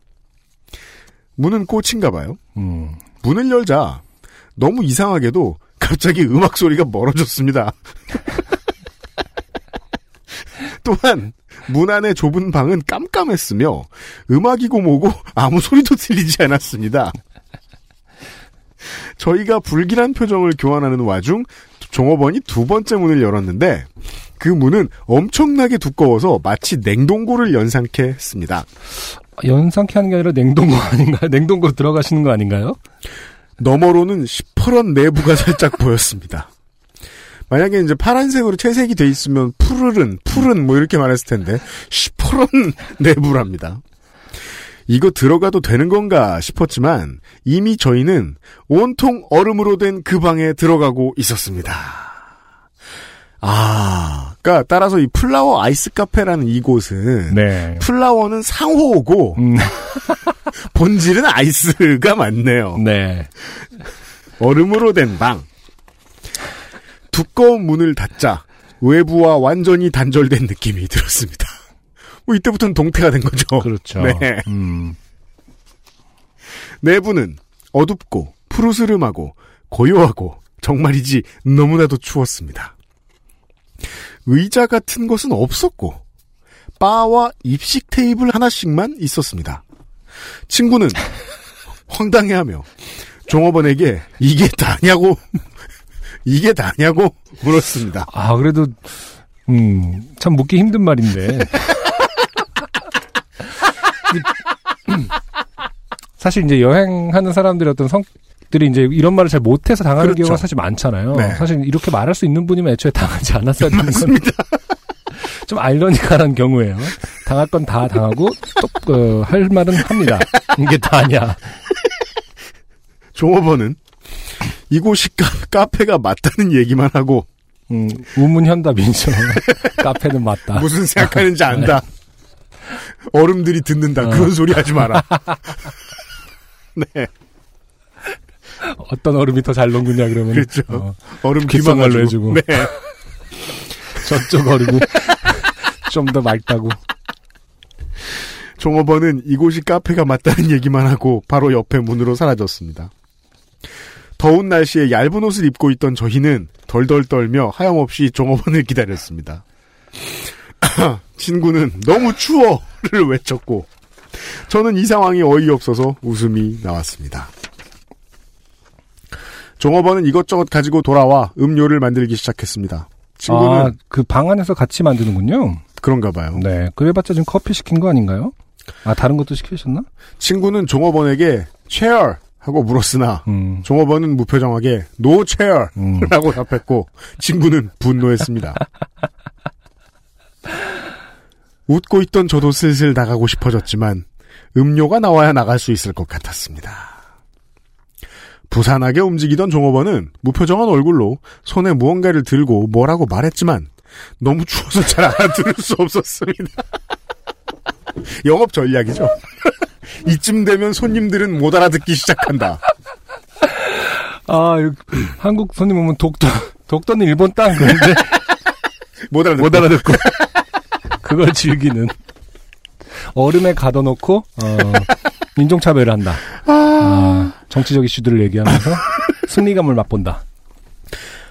문은 꽃인가 봐요. 음. 문을 열자 너무 이상하게도 갑자기 음악 소리가 멀어졌습니다. 또한 문 안의 좁은 방은 깜깜했으며 음악이고 뭐고 아무 소리도 들리지 않았습니다. 저희가 불길한 표정을 교환하는 와중 종업원이 두 번째 문을 열었는데 그 문은 엄청나게 두꺼워서 마치 냉동고를 연상케 했습니다. 연상케 하는 게 아니라 냉동고 아닌가요? 냉동고 들어가시는 거 아닌가요? 너머로는 시퍼런 내부가 살짝 보였습니다. 만약에 이제 파란색으로 채색이 돼 있으면 푸르른, 푸른 뭐 이렇게 말했을 텐데 시퍼런 내부랍니다. 이거 들어가도 되는 건가 싶었지만 이미 저희는 온통 얼음으로 된 그 방에 들어가고 있었습니다. 아, 그러니까 따라서 이 플라워 아이스 카페라는 이곳은 네. 플라워는 상호고 음, 본질은 아이스가 맞네요. 네. 얼음으로 된 방. 두꺼운 문을 닫자 외부와 완전히 단절된 느낌이 들었습니다. 뭐 이때부터는 동태가 된 거죠. 그렇죠. 네. 음. 내부는 네 어둡고 푸르스름하고 고요하고 정말이지 너무나도 추웠습니다. 의자 같은 것은 없었고 바와 입식 테이블 하나씩만 있었습니다. 친구는 황당해하며 종업원에게 이게 다냐고 이게 다냐고 물었습니다. 아 그래도 음, 참 묻기 힘든 말인데. 음, 사실 이제 여행하는 사람들의 어떤 성들이 이제 이런 말을 잘 못해서 당하는 그렇죠. 경우가 사실 많잖아요. 네. 사실 이렇게 말할 수 있는 분이면 애초에 당하지 않았어야 되는 건좀 아이러니컬한 경우예요. 당할 건 다 당하고 또, 어, 할 말은 합니다. 이게 다냐? 종업원은 이곳이 카- 카페가 맞다는 얘기만 하고 음, 우문현답이죠. 카페는 맞다. 무슨 아. 생각하는지 안다. 네. 어른들이 듣는다. 그런 소리 하지 마라. 네. 어떤 얼음이 더 잘 녹느냐 그러면 뭐 그렇죠. 어, 얼음 귓속말로 귀만 가지고. 해주고. 네. 저쪽 얼음이 좀 더 맑다고. 종업원은 이곳이 카페가 맞다는 얘기만 하고 바로 옆에 문으로 사라졌습니다. 더운 날씨에 얇은 옷을 입고 있던 저희는 덜덜 떨며 하염없이 종업원을 기다렸습니다. 친구는 너무 추워를 외쳤고 저는 이 상황이 어이없어서 웃음이 나왔습니다. 종업원은 이것저것 가지고 돌아와 음료를 만들기 시작했습니다. 친구는 아, 그 방 안에서 같이 만드는군요. 그런가 봐요. 네. 그래봤자 지금 커피 시킨 거 아닌가요? 아, 다른 것도 시키셨나? 친구는 종업원에게 체어 하고 물었으나 음. 종업원은 무표정하게 노 체어라고 음. 답했고 친구는 분노했습니다. 웃고 있던 저도 슬슬 나가고 싶어졌지만 음료가 나와야 나갈 수 있을 것 같았습니다. 부산하게 움직이던 종업원은 무표정한 얼굴로 손에 무언가를 들고 뭐라고 말했지만 너무 추워서 잘 알아들을 수 없었습니다. 영업 전략이죠. 이쯤 되면 손님들은 못 알아듣기 시작한다. 아, 이거 한국 손님 오면 독도, 독도는 일본 땅 그런데 못 알아듣고. 못 알아듣고. 그걸 즐기는. 얼음에 가둬놓고, 어, 인종차별을 한다. 아, 정치적 이슈들을 얘기하면서 승리감을 맛본다.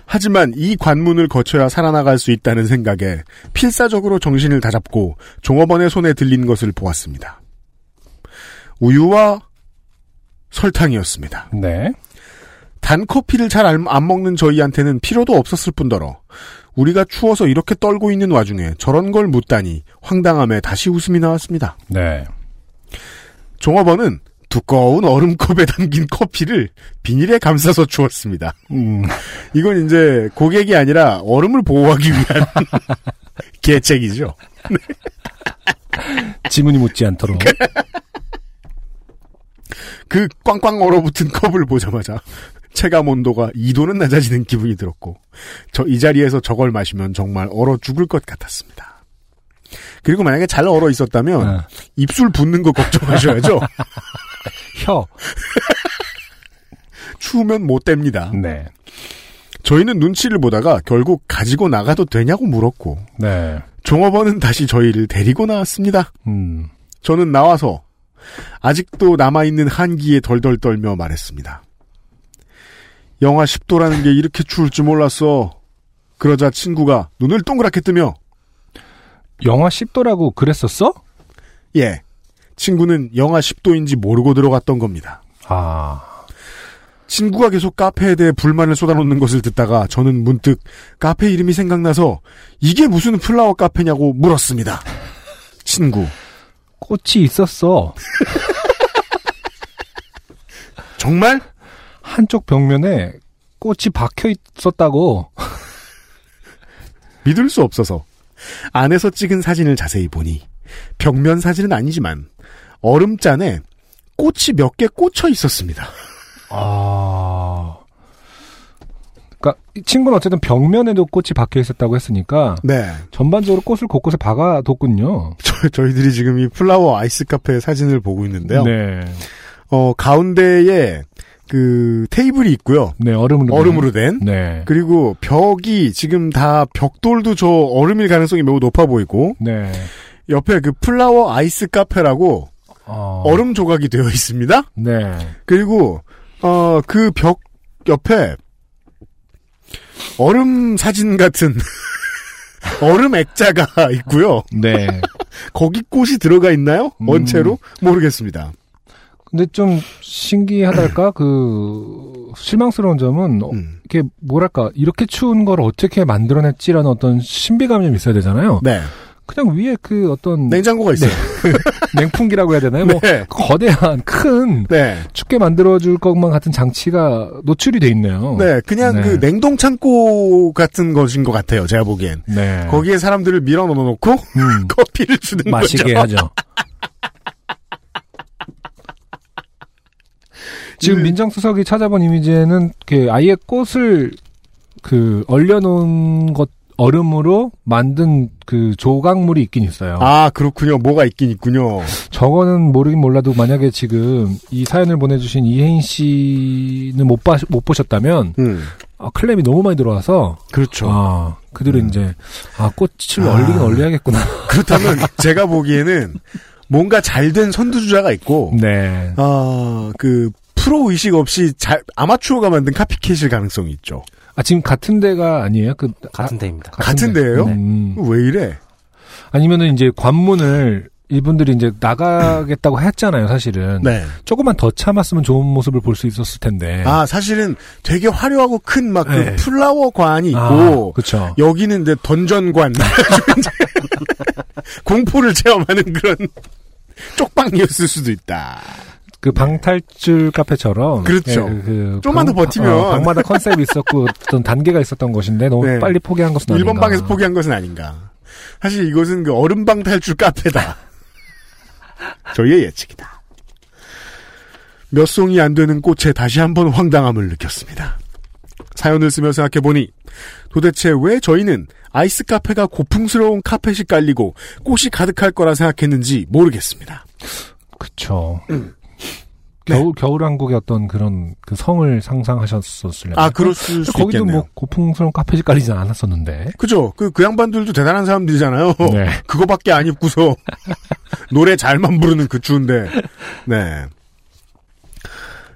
하지만 이 관문을 거쳐야 살아나갈 수 있다는 생각에 필사적으로 정신을 다잡고 종업원의 손에 들린 것을 보았습니다. 우유와 설탕이었습니다. 네. 단 커피를 잘 안 먹는 저희한테는 필요도 없었을 뿐더러 우리가 추워서 이렇게 떨고 있는 와중에 저런 걸 묻다니 황당함에 다시 웃음이 나왔습니다. 네. 종업원은 두꺼운 얼음컵에 담긴 커피를 비닐에 감싸서 주었습니다. 음, 이건 이제 고객이 아니라 얼음을 보호하기 위한 계책이죠. 지문이 묻지 않도록. 그 꽝꽝 얼어붙은 컵을 보자마자 체감 온도가 2도는 낮아지는 기분이 들었고 저 이 자리에서 저걸 마시면 정말 얼어 죽을 것 같았습니다. 그리고 만약에 잘 얼어 있었다면 어, 입술 붓는 거 걱정하셔야죠. 혀. 추우면 못 됩니다. 네. 저희는 눈치를 보다가 결국 가지고 나가도 되냐고 물었고 네. 종업원은 다시 저희를 데리고 나왔습니다. 음. 저는 나와서 아직도 남아있는 한기에 덜덜 떨며 말했습니다. 영하 10도라는 게 이렇게 추울 줄 몰랐어. 그러자 친구가 눈을 동그랗게 뜨며 영하 10도라고 그랬었어? 예. 친구는 영하 10도인지 모르고 들어갔던 겁니다. 아, 친구가 계속 카페에 대해 불만을 쏟아놓는 것을 듣다가 저는 문득 카페 이름이 생각나서 이게 무슨 플라워 카페냐고 물었습니다. 친구, 꽃이 있었어. 정말? 한쪽 벽면에 꽃이 박혀 있었다고. 믿을 수 없어서 안에서 찍은 사진을 자세히 보니 벽면 사진은 아니지만 얼음잔에 꽃이 몇 개 꽂혀 있었습니다. 아. 그니까, 그러니까 이 친구는 어쨌든 벽면에도 꽃이 박혀 있었다고 했으니까, 네. 전반적으로 꽃을 곳곳에 박아뒀군요. 저, 희들이 지금 이 플라워 아이스 카페 사진을 보고 있는데요. 네. 어, 가운데에 그 테이블이 있고요. 네, 얼음으로. 얼음으로 된. 네. 그리고 벽이 지금 다 벽돌도 저 얼음일 가능성이 매우 높아 보이고 네. 옆에 그 플라워 아이스 카페라고 어. 얼음 조각이 되어 있습니다. 네. 그리고 어 그 벽 옆에 얼음 사진 같은 얼음 액자가 있고요. 네. 거기 꽃이 들어가 있나요? 음. 원체로 모르겠습니다. 근데 좀 신기하달까? 그, 실망스러운 점은 어, 음. 이게 뭐랄까 이렇게 추운 걸 어떻게 만들어냈지라는 어떤 신비감이 좀 있어야 되잖아요. 네. 그냥 위에 그 어떤 냉장고가 있어요. 냉풍기라고 해야 되나요? 뭐 네. 거대한 큰 네. 춥게 만들어줄 것만 같은 장치가 노출이 돼 있네요. 네, 그냥 네. 그 냉동 창고 같은 것인 것 같아요. 제가 보기엔 네. 거기에 사람들을 밀어 넣어놓고 음, 커피를 주는 마시게 거죠. 하죠. 네. 지금 민정수석이 찾아본 이미지에는 그 아예 꽃을 그 얼려놓은 것 얼음으로 만든 그 조각물이 있긴 있어요. 아 그렇군요. 뭐가 있긴 있군요. 저거는 모르긴 몰라도 만약에 지금 이 사연을 보내주신 이혜인 씨는 못, 봐, 못 보셨다면 음, 아, 클램이 너무 많이 들어와서 그렇죠. 아, 그들은 이제 아 꽃을 아. 얼리긴 얼려야겠구나. 그렇다면 제가 보기에는 뭔가 잘 된 선두주자가 있고 네. 아그 프로 의식 없이 잘 아마추어가 만든 카피캣일 가능성이 있죠. 아 지금 같은 데가 아니에요? 그 같은 데입니다. 아, 같은 같은 데예요? 네. 음. 왜 이래? 아니면은 이제 관문을 이분들이 이제 나가겠다고 했잖아요, 사실은. 네. 조금만 더 참았으면 좋은 모습을 볼 수 있었을 텐데. 아 사실은 되게 화려하고 큰 막 그 네. 플라워관이 아, 있고 그쵸. 여기는 이제 던전관 공포를 체험하는 그런 쪽방이었을 수도 있다. 그 방탈출 카페처럼. 네. 그렇죠. 예, 그 좀만 더 버티면. 어, 방마다 컨셉이 있었고 어떤 단계가 있었던 것인데 너무 네. 빨리 포기한 것은 아닌가. 1번 방에서 포기한 것은 아닌가. 사실 이것은 그 얼음방 탈출 카페다. 저희의 예측이다. 몇 송이 안 되는 꽃에 다시 한번 황당함을 느꼈습니다. 사연을 쓰며 생각해보니 도대체 왜 저희는 아이스 카페가 고풍스러운 카펫이 깔리고 꽃이 가득할 거라 생각했는지 모르겠습니다. 그쵸. 네. 겨울 겨울 한국의 어떤 그런 그 성을 상상하셨었을래요. 아, 그럴 수 거기도 있겠네요. 뭐 고풍스러운 카페지 깔리진 않았었는데. 그죠? 그, 그 양반들도 대단한 사람들이잖아요. 네. 그거밖에 안 입고서 노래 잘만 부르는 그 추운데. 네.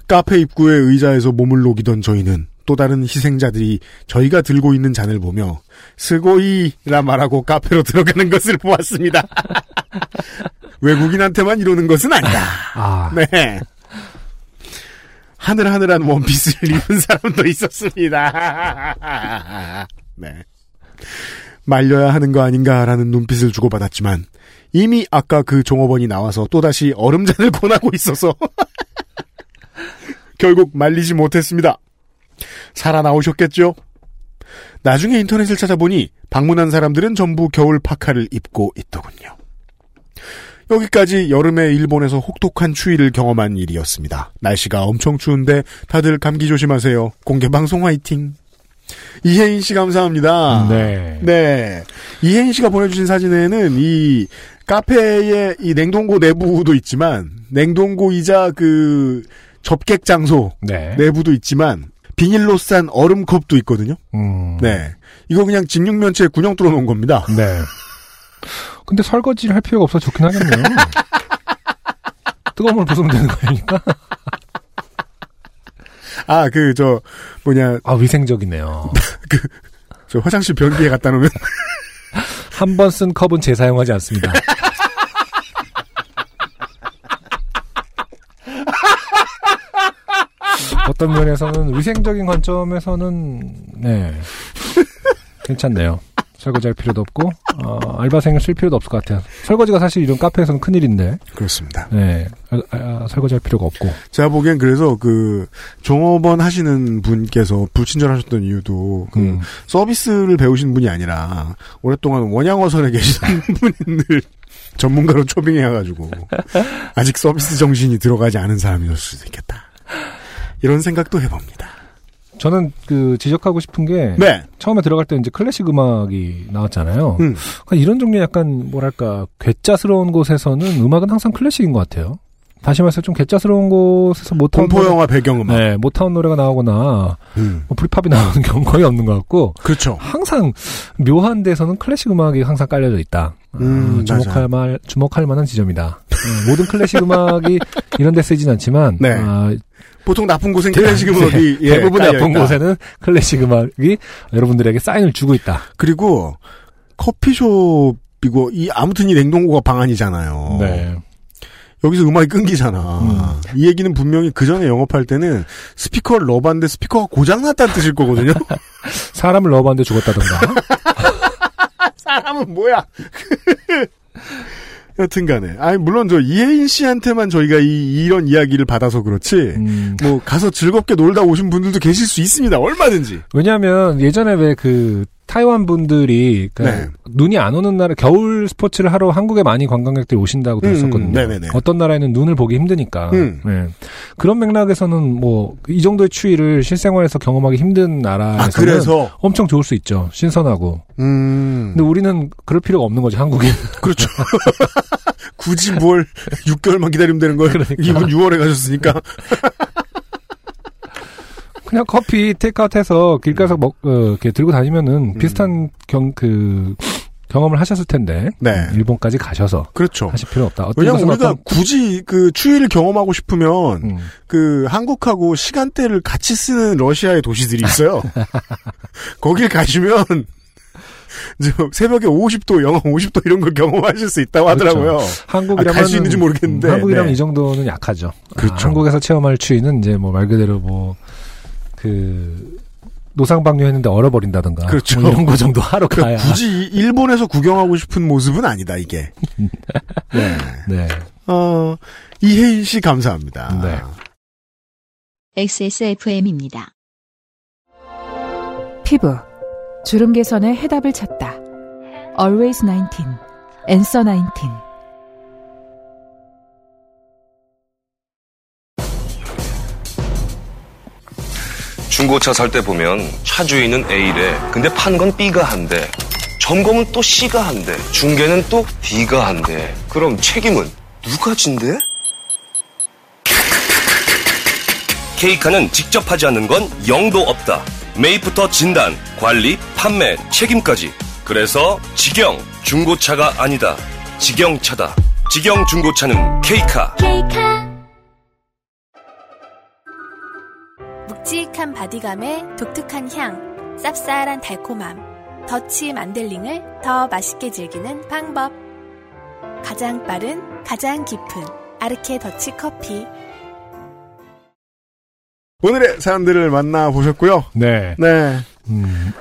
카페 입구의 의자에서 몸을 녹이던 저희는 또 다른 희생자들이 저희가 들고 있는 잔을 보며 스고이라 말하고 카페로 들어가는 것을 보았습니다. 외국인한테만 이러는 것은 아니다. 아, 네. 하늘하늘한 원피스를 입은 사람도 있었습니다. 네. 말려야 하는 거 아닌가라는 눈빛을 주고받았지만 이미 아까 그 종업원이 나와서 또다시 얼음잔을 권하고 있어서 결국 말리지 못했습니다. 살아나오셨겠죠? 나중에 인터넷을 찾아보니 방문한 사람들은 전부 겨울 파카를 입고 있더군요. 여기까지 여름에 일본에서 혹독한 추위를 경험한 일이었습니다. 날씨가 엄청 추운데 다들 감기 조심하세요. 공개 방송 화이팅. 이혜인 씨 감사합니다. 네. 네. 이혜인 씨가 보내주신 사진에는 이 카페의 이 냉동고 내부도 있지만 냉동고이자 그 접객 장소 네. 내부도 있지만 비닐로 싼 얼음컵도 있거든요. 음. 네. 이거 그냥 진육면체에 군용 뚫어놓은 겁니다. 네. 근데 설거지를 할 필요가 없어 좋긴 하겠네요. 뜨거운 물 부수면 되는 거 아닙니까? 아, 그, 저, 뭐냐, 아, 위생적이네요. 저 화장실 변기에 갖다 놓으면 한 번 쓴 컵은 재사용하지 않습니다. 어떤 면에서는 위생적인 관점에서는 네 괜찮네요. 설거지할 필요도 없고 어, 알바생을 쓸 필요도 없을 것 같아요. 설거지가 사실 이런 카페에서는 큰 일인데 그렇습니다. 네 아, 아, 설거지할 필요가 없고 제가 보기엔 그래서 그 종업원 하시는 분께서 불친절하셨던 이유도 그 음. 서비스를 배우신 분이 아니라 오랫동안 원양어선에 계시던 분들 전문가로 초빙해가지고 아직 서비스 정신이 들어가지 않은 사람이었을 수도 있겠다. 이런 생각도 해봅니다. 저는 그 지적하고 싶은 게 네, 처음에 들어갈 때 이제 클래식 음악이 나왔잖아요. 음. 그러니까 이런 종류 의 약간 뭐랄까 괴짜스러운 곳에서는 음악은 항상 클래식인 것 같아요. 다시 말해서 좀 괴짜스러운 곳에서 못하는 공포 노래, 영화 배경음악. 네, 못하는 노래가 나오거나 음, 뭐 프리팝이 나오는 경우 거의 없는 것 같고 그렇죠. 항상 묘한 데서는 클래식 음악이 항상 깔려져 있다. 아, 음, 주목할 말 주목할 만한 지점이다. 음, 모든 클래식 음악이 이런 데 쓰이진 않지만 네. 아, 보통 나쁜 곳엔 클래식 네, 음악이 예, 대부분의 깔려있다. 아픈 곳에는 클래식 음악이 여러분들에게 사인을 주고 있다. 그리고 어. 커피숍이고 이 아무튼 이 냉동고가 방 안이잖아요. 네. 여기서 음악이 끊기잖아. 이 얘기는 분명히 그 전에 영업할 때는 스피커를 넣어봤는데 스피커가 고장났다는 뜻일 거거든요. 사람을 넣어봤는데 죽었다던가. 사람은 뭐야? 여튼간에 아니 물론 저 이혜인 씨한테만 저희가 이, 이런 이야기를 받아서 그렇지 음, 뭐 가서 즐겁게 놀다 오신 분들도 계실 수 있습니다. 얼마든지. 왜냐하면 예전에 왜 그 타이완 분들이 그 네. 눈이 안 오는 나라 겨울 스포츠를 하러 한국에 많이 관광객들이 오신다고 음, 들었었거든요. 네네네. 어떤 나라에는 눈을 보기 힘드니까. 음. 네. 그런 맥락에서는 뭐 이 정도의 추위를 실생활에서 경험하기 힘든 나라에서는 아 그래서 엄청 좋을 수 있죠. 신선하고. 음 근데 우리는 그럴 필요가 없는 거죠. 한국인. 그렇죠. 굳이 뭘 6개월만 기다리면 되는 걸 그러니까. 이분 6월에 가셨으니까 그냥 커피 테이크아웃해서 길가서 먹 어, 이렇게 들고 다니면은 음. 비슷한 경 그 경험을 하셨을 텐데. 네. 일본까지 가셔서 그렇죠. 하실 필요 없다. 어떤 왜냐면 것은 우리가 아, 어떤- 굳이 그 추위를 경험하고 싶으면 음. 그 한국하고 시간대를 같이 쓰는 러시아의 도시들이 있어요. 거길 가시면 저 새벽에 50도, 영하 50도 이런 걸 경험하실 수 있다고 하더라고요. 한국이라면 음, 아, 갈수 있는지 모르겠는데. 한국이라면 네. 이 정도는 약하죠. 아, 그렇죠. 한국에서 체험할 추위는 이제 뭐 말 그대로 뭐 그 노상방뇨했는데 얼어버린다든가 그렇죠. 뭐 이런 거 정도 하러 가야. 그러니까 굳이 이- 일본에서 구경하고 싶은 모습은 아니다 이게. 네. 네. 어, 이혜인 씨 감사합니다. 네. XSFM입니다. 피부 주름 개선의 해답을 찾다. Always 19. Answer 19. 중고차 살 때 보면 차 주인은 A래. 근데 판 건 B가 한대. 점검은 또 C가 한대. 중개는 또 D가 한대. 그럼 책임은 누가 진대? 케이카는 직접 하지 않는 건 영도 없다. 매입부터 진단, 관리, 판매, 책임까지. 그래서 직영 중고차가 아니다. 직영차다. 직영 중고차는 케이카. 묵직한 바디감에 독특한 향, 쌉쌀한 달콤함, 더치 만델링을 더 맛있게 즐기는 방법. 가장 빠른, 가장 깊은 아르케 더치 커피. 오늘의 사람들을 만나 보셨고요. 네. 네. 음.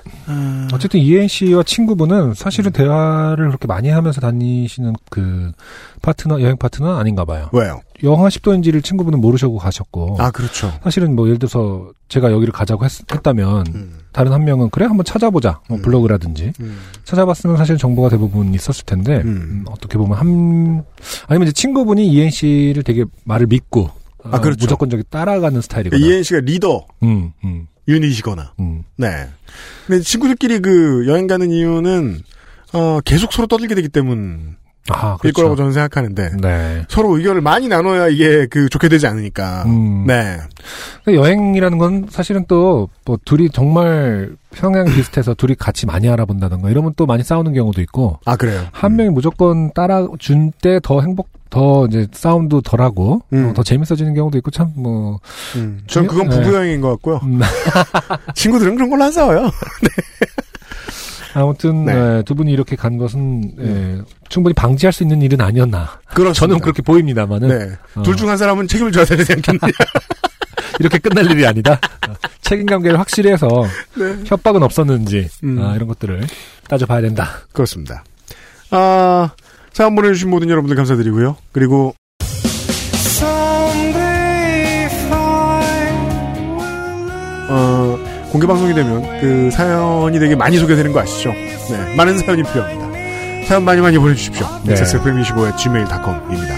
어쨌든 이혜인 씨와 친구분은 사실은 음. 대화를 그렇게 많이 하면서 다니시는 그 파트너 여행 파트너 아닌가 봐요. 왜요? 영하 10도인지를 친구분은 모르셔고 가셨고. 아 그렇죠. 사실은 뭐 예를 들어서 제가 여기를 가자고 했, 다면 음. 다른 한 명은 그래 한번 찾아보자 뭐 음. 블로그라든지 음. 찾아봤으면 사실 정보가 대부분 있었을 텐데 음. 음, 어떻게 보면 한 아니면 이제 친구분이 이엔 씨를 되게 말을 믿고 어, 아, 그렇죠. 무조건적인 따라가는 스타일이거나 이혜인 씨가 리더 음, 음, 유닛이거나 음. 네. 근데 친구들끼리 그 여행 가는 이유는 어, 계속 서로 떠들게 되기 때문일 아 그렇죠 거라고 저는 생각하는데 네 서로 의견을 많이 나눠야 이게 그 좋게 되지 않으니까. 음. 네. 근데 여행이라는 건 사실은 또 뭐 둘이 정말 성향 비슷해서 둘이 같이 많이 알아본다던가 이러면 또 많이 싸우는 경우도 있고 아 그래요. 한 음. 명이 무조건 따라준 때 더 행복 더 이제 싸움도 덜하고 음. 어, 더 재밌어지는 경우도 있고 참뭐 음. 전 그건 네. 부부 여행인 것 같고요. 친구들은 그런 걸로 안 싸워요. 아무튼 네. 음. 예, 두 분이 이렇게 간 것은 예, 충분히 방지할 수 있는 일은 아니었나. 그렇죠. 저는 그렇게 보입니다만은 네. 어. 둘 중 한 사람은 책임을 져야 되지 않겠냐. 이렇게 끝날 일이 아니다. 어, 책임관계를 확실히 해서 네. 협박은 없었는지 음. 아, 이런 것들을 따져봐야 된다. 그렇습니다. 아 사연 보내주신 모든 여러분들 감사드리고요. 그리고 어, 공개 방송이 되면 그 사연이 되게 많이 소개되는 거 아시죠? 네, 많은 사연이 필요합니다. 사연 많이 많이 보내주십시오. 네. xfm25 gmail.com입니다.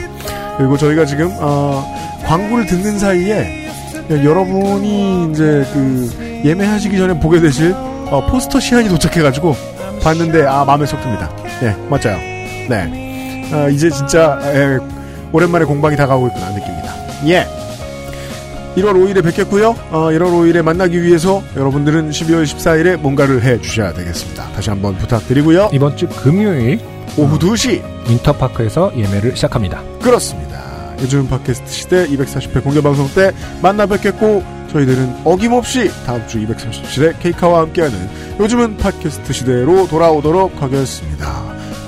그리고 저희가 지금 어, 광고를 듣는 사이에 여러분이 이제 그 예매하시기 전에 보게 되실 어, 포스터 시안이 도착해가지고 봤는데 아 마음에 섞입니다. 예, 맞아요. 네, 아, 이제 진짜 예, 오랜만에 공방이 다가오고 있구나 느낍니다. 예. 1월 5일에 뵙겠고요. 어, 1월 5일에 만나기 위해서 여러분들은 12월 14일에 뭔가를 해 주셔야 되겠습니다. 다시 한번 부탁드리고요. 이번 주 금요일 오후 2시 인터파크에서 예매를 시작합니다. 그렇습니다. 요즘 팟캐스트 시대 240회 공개 방송 때 만나 뵙겠고 저희들은 어김없이 다음 주 237회 케이카와 함께하는 요즘은 팟캐스트 시대로 돌아오도록 하겠습니다.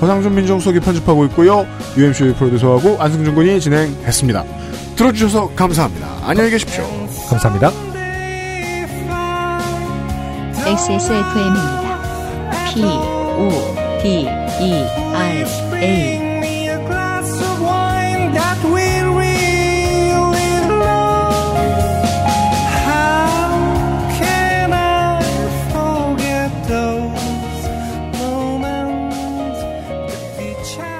허상준 민정수석이 편집하고 있고요. UMC 프로듀서하고 안승준 군이 진행했습니다. 들어주셔서 감사합니다. 안녕히 계십시오. 감사합니다. XSFM입니다. P, O, D, E, R, A. Forget those moments that we cherish.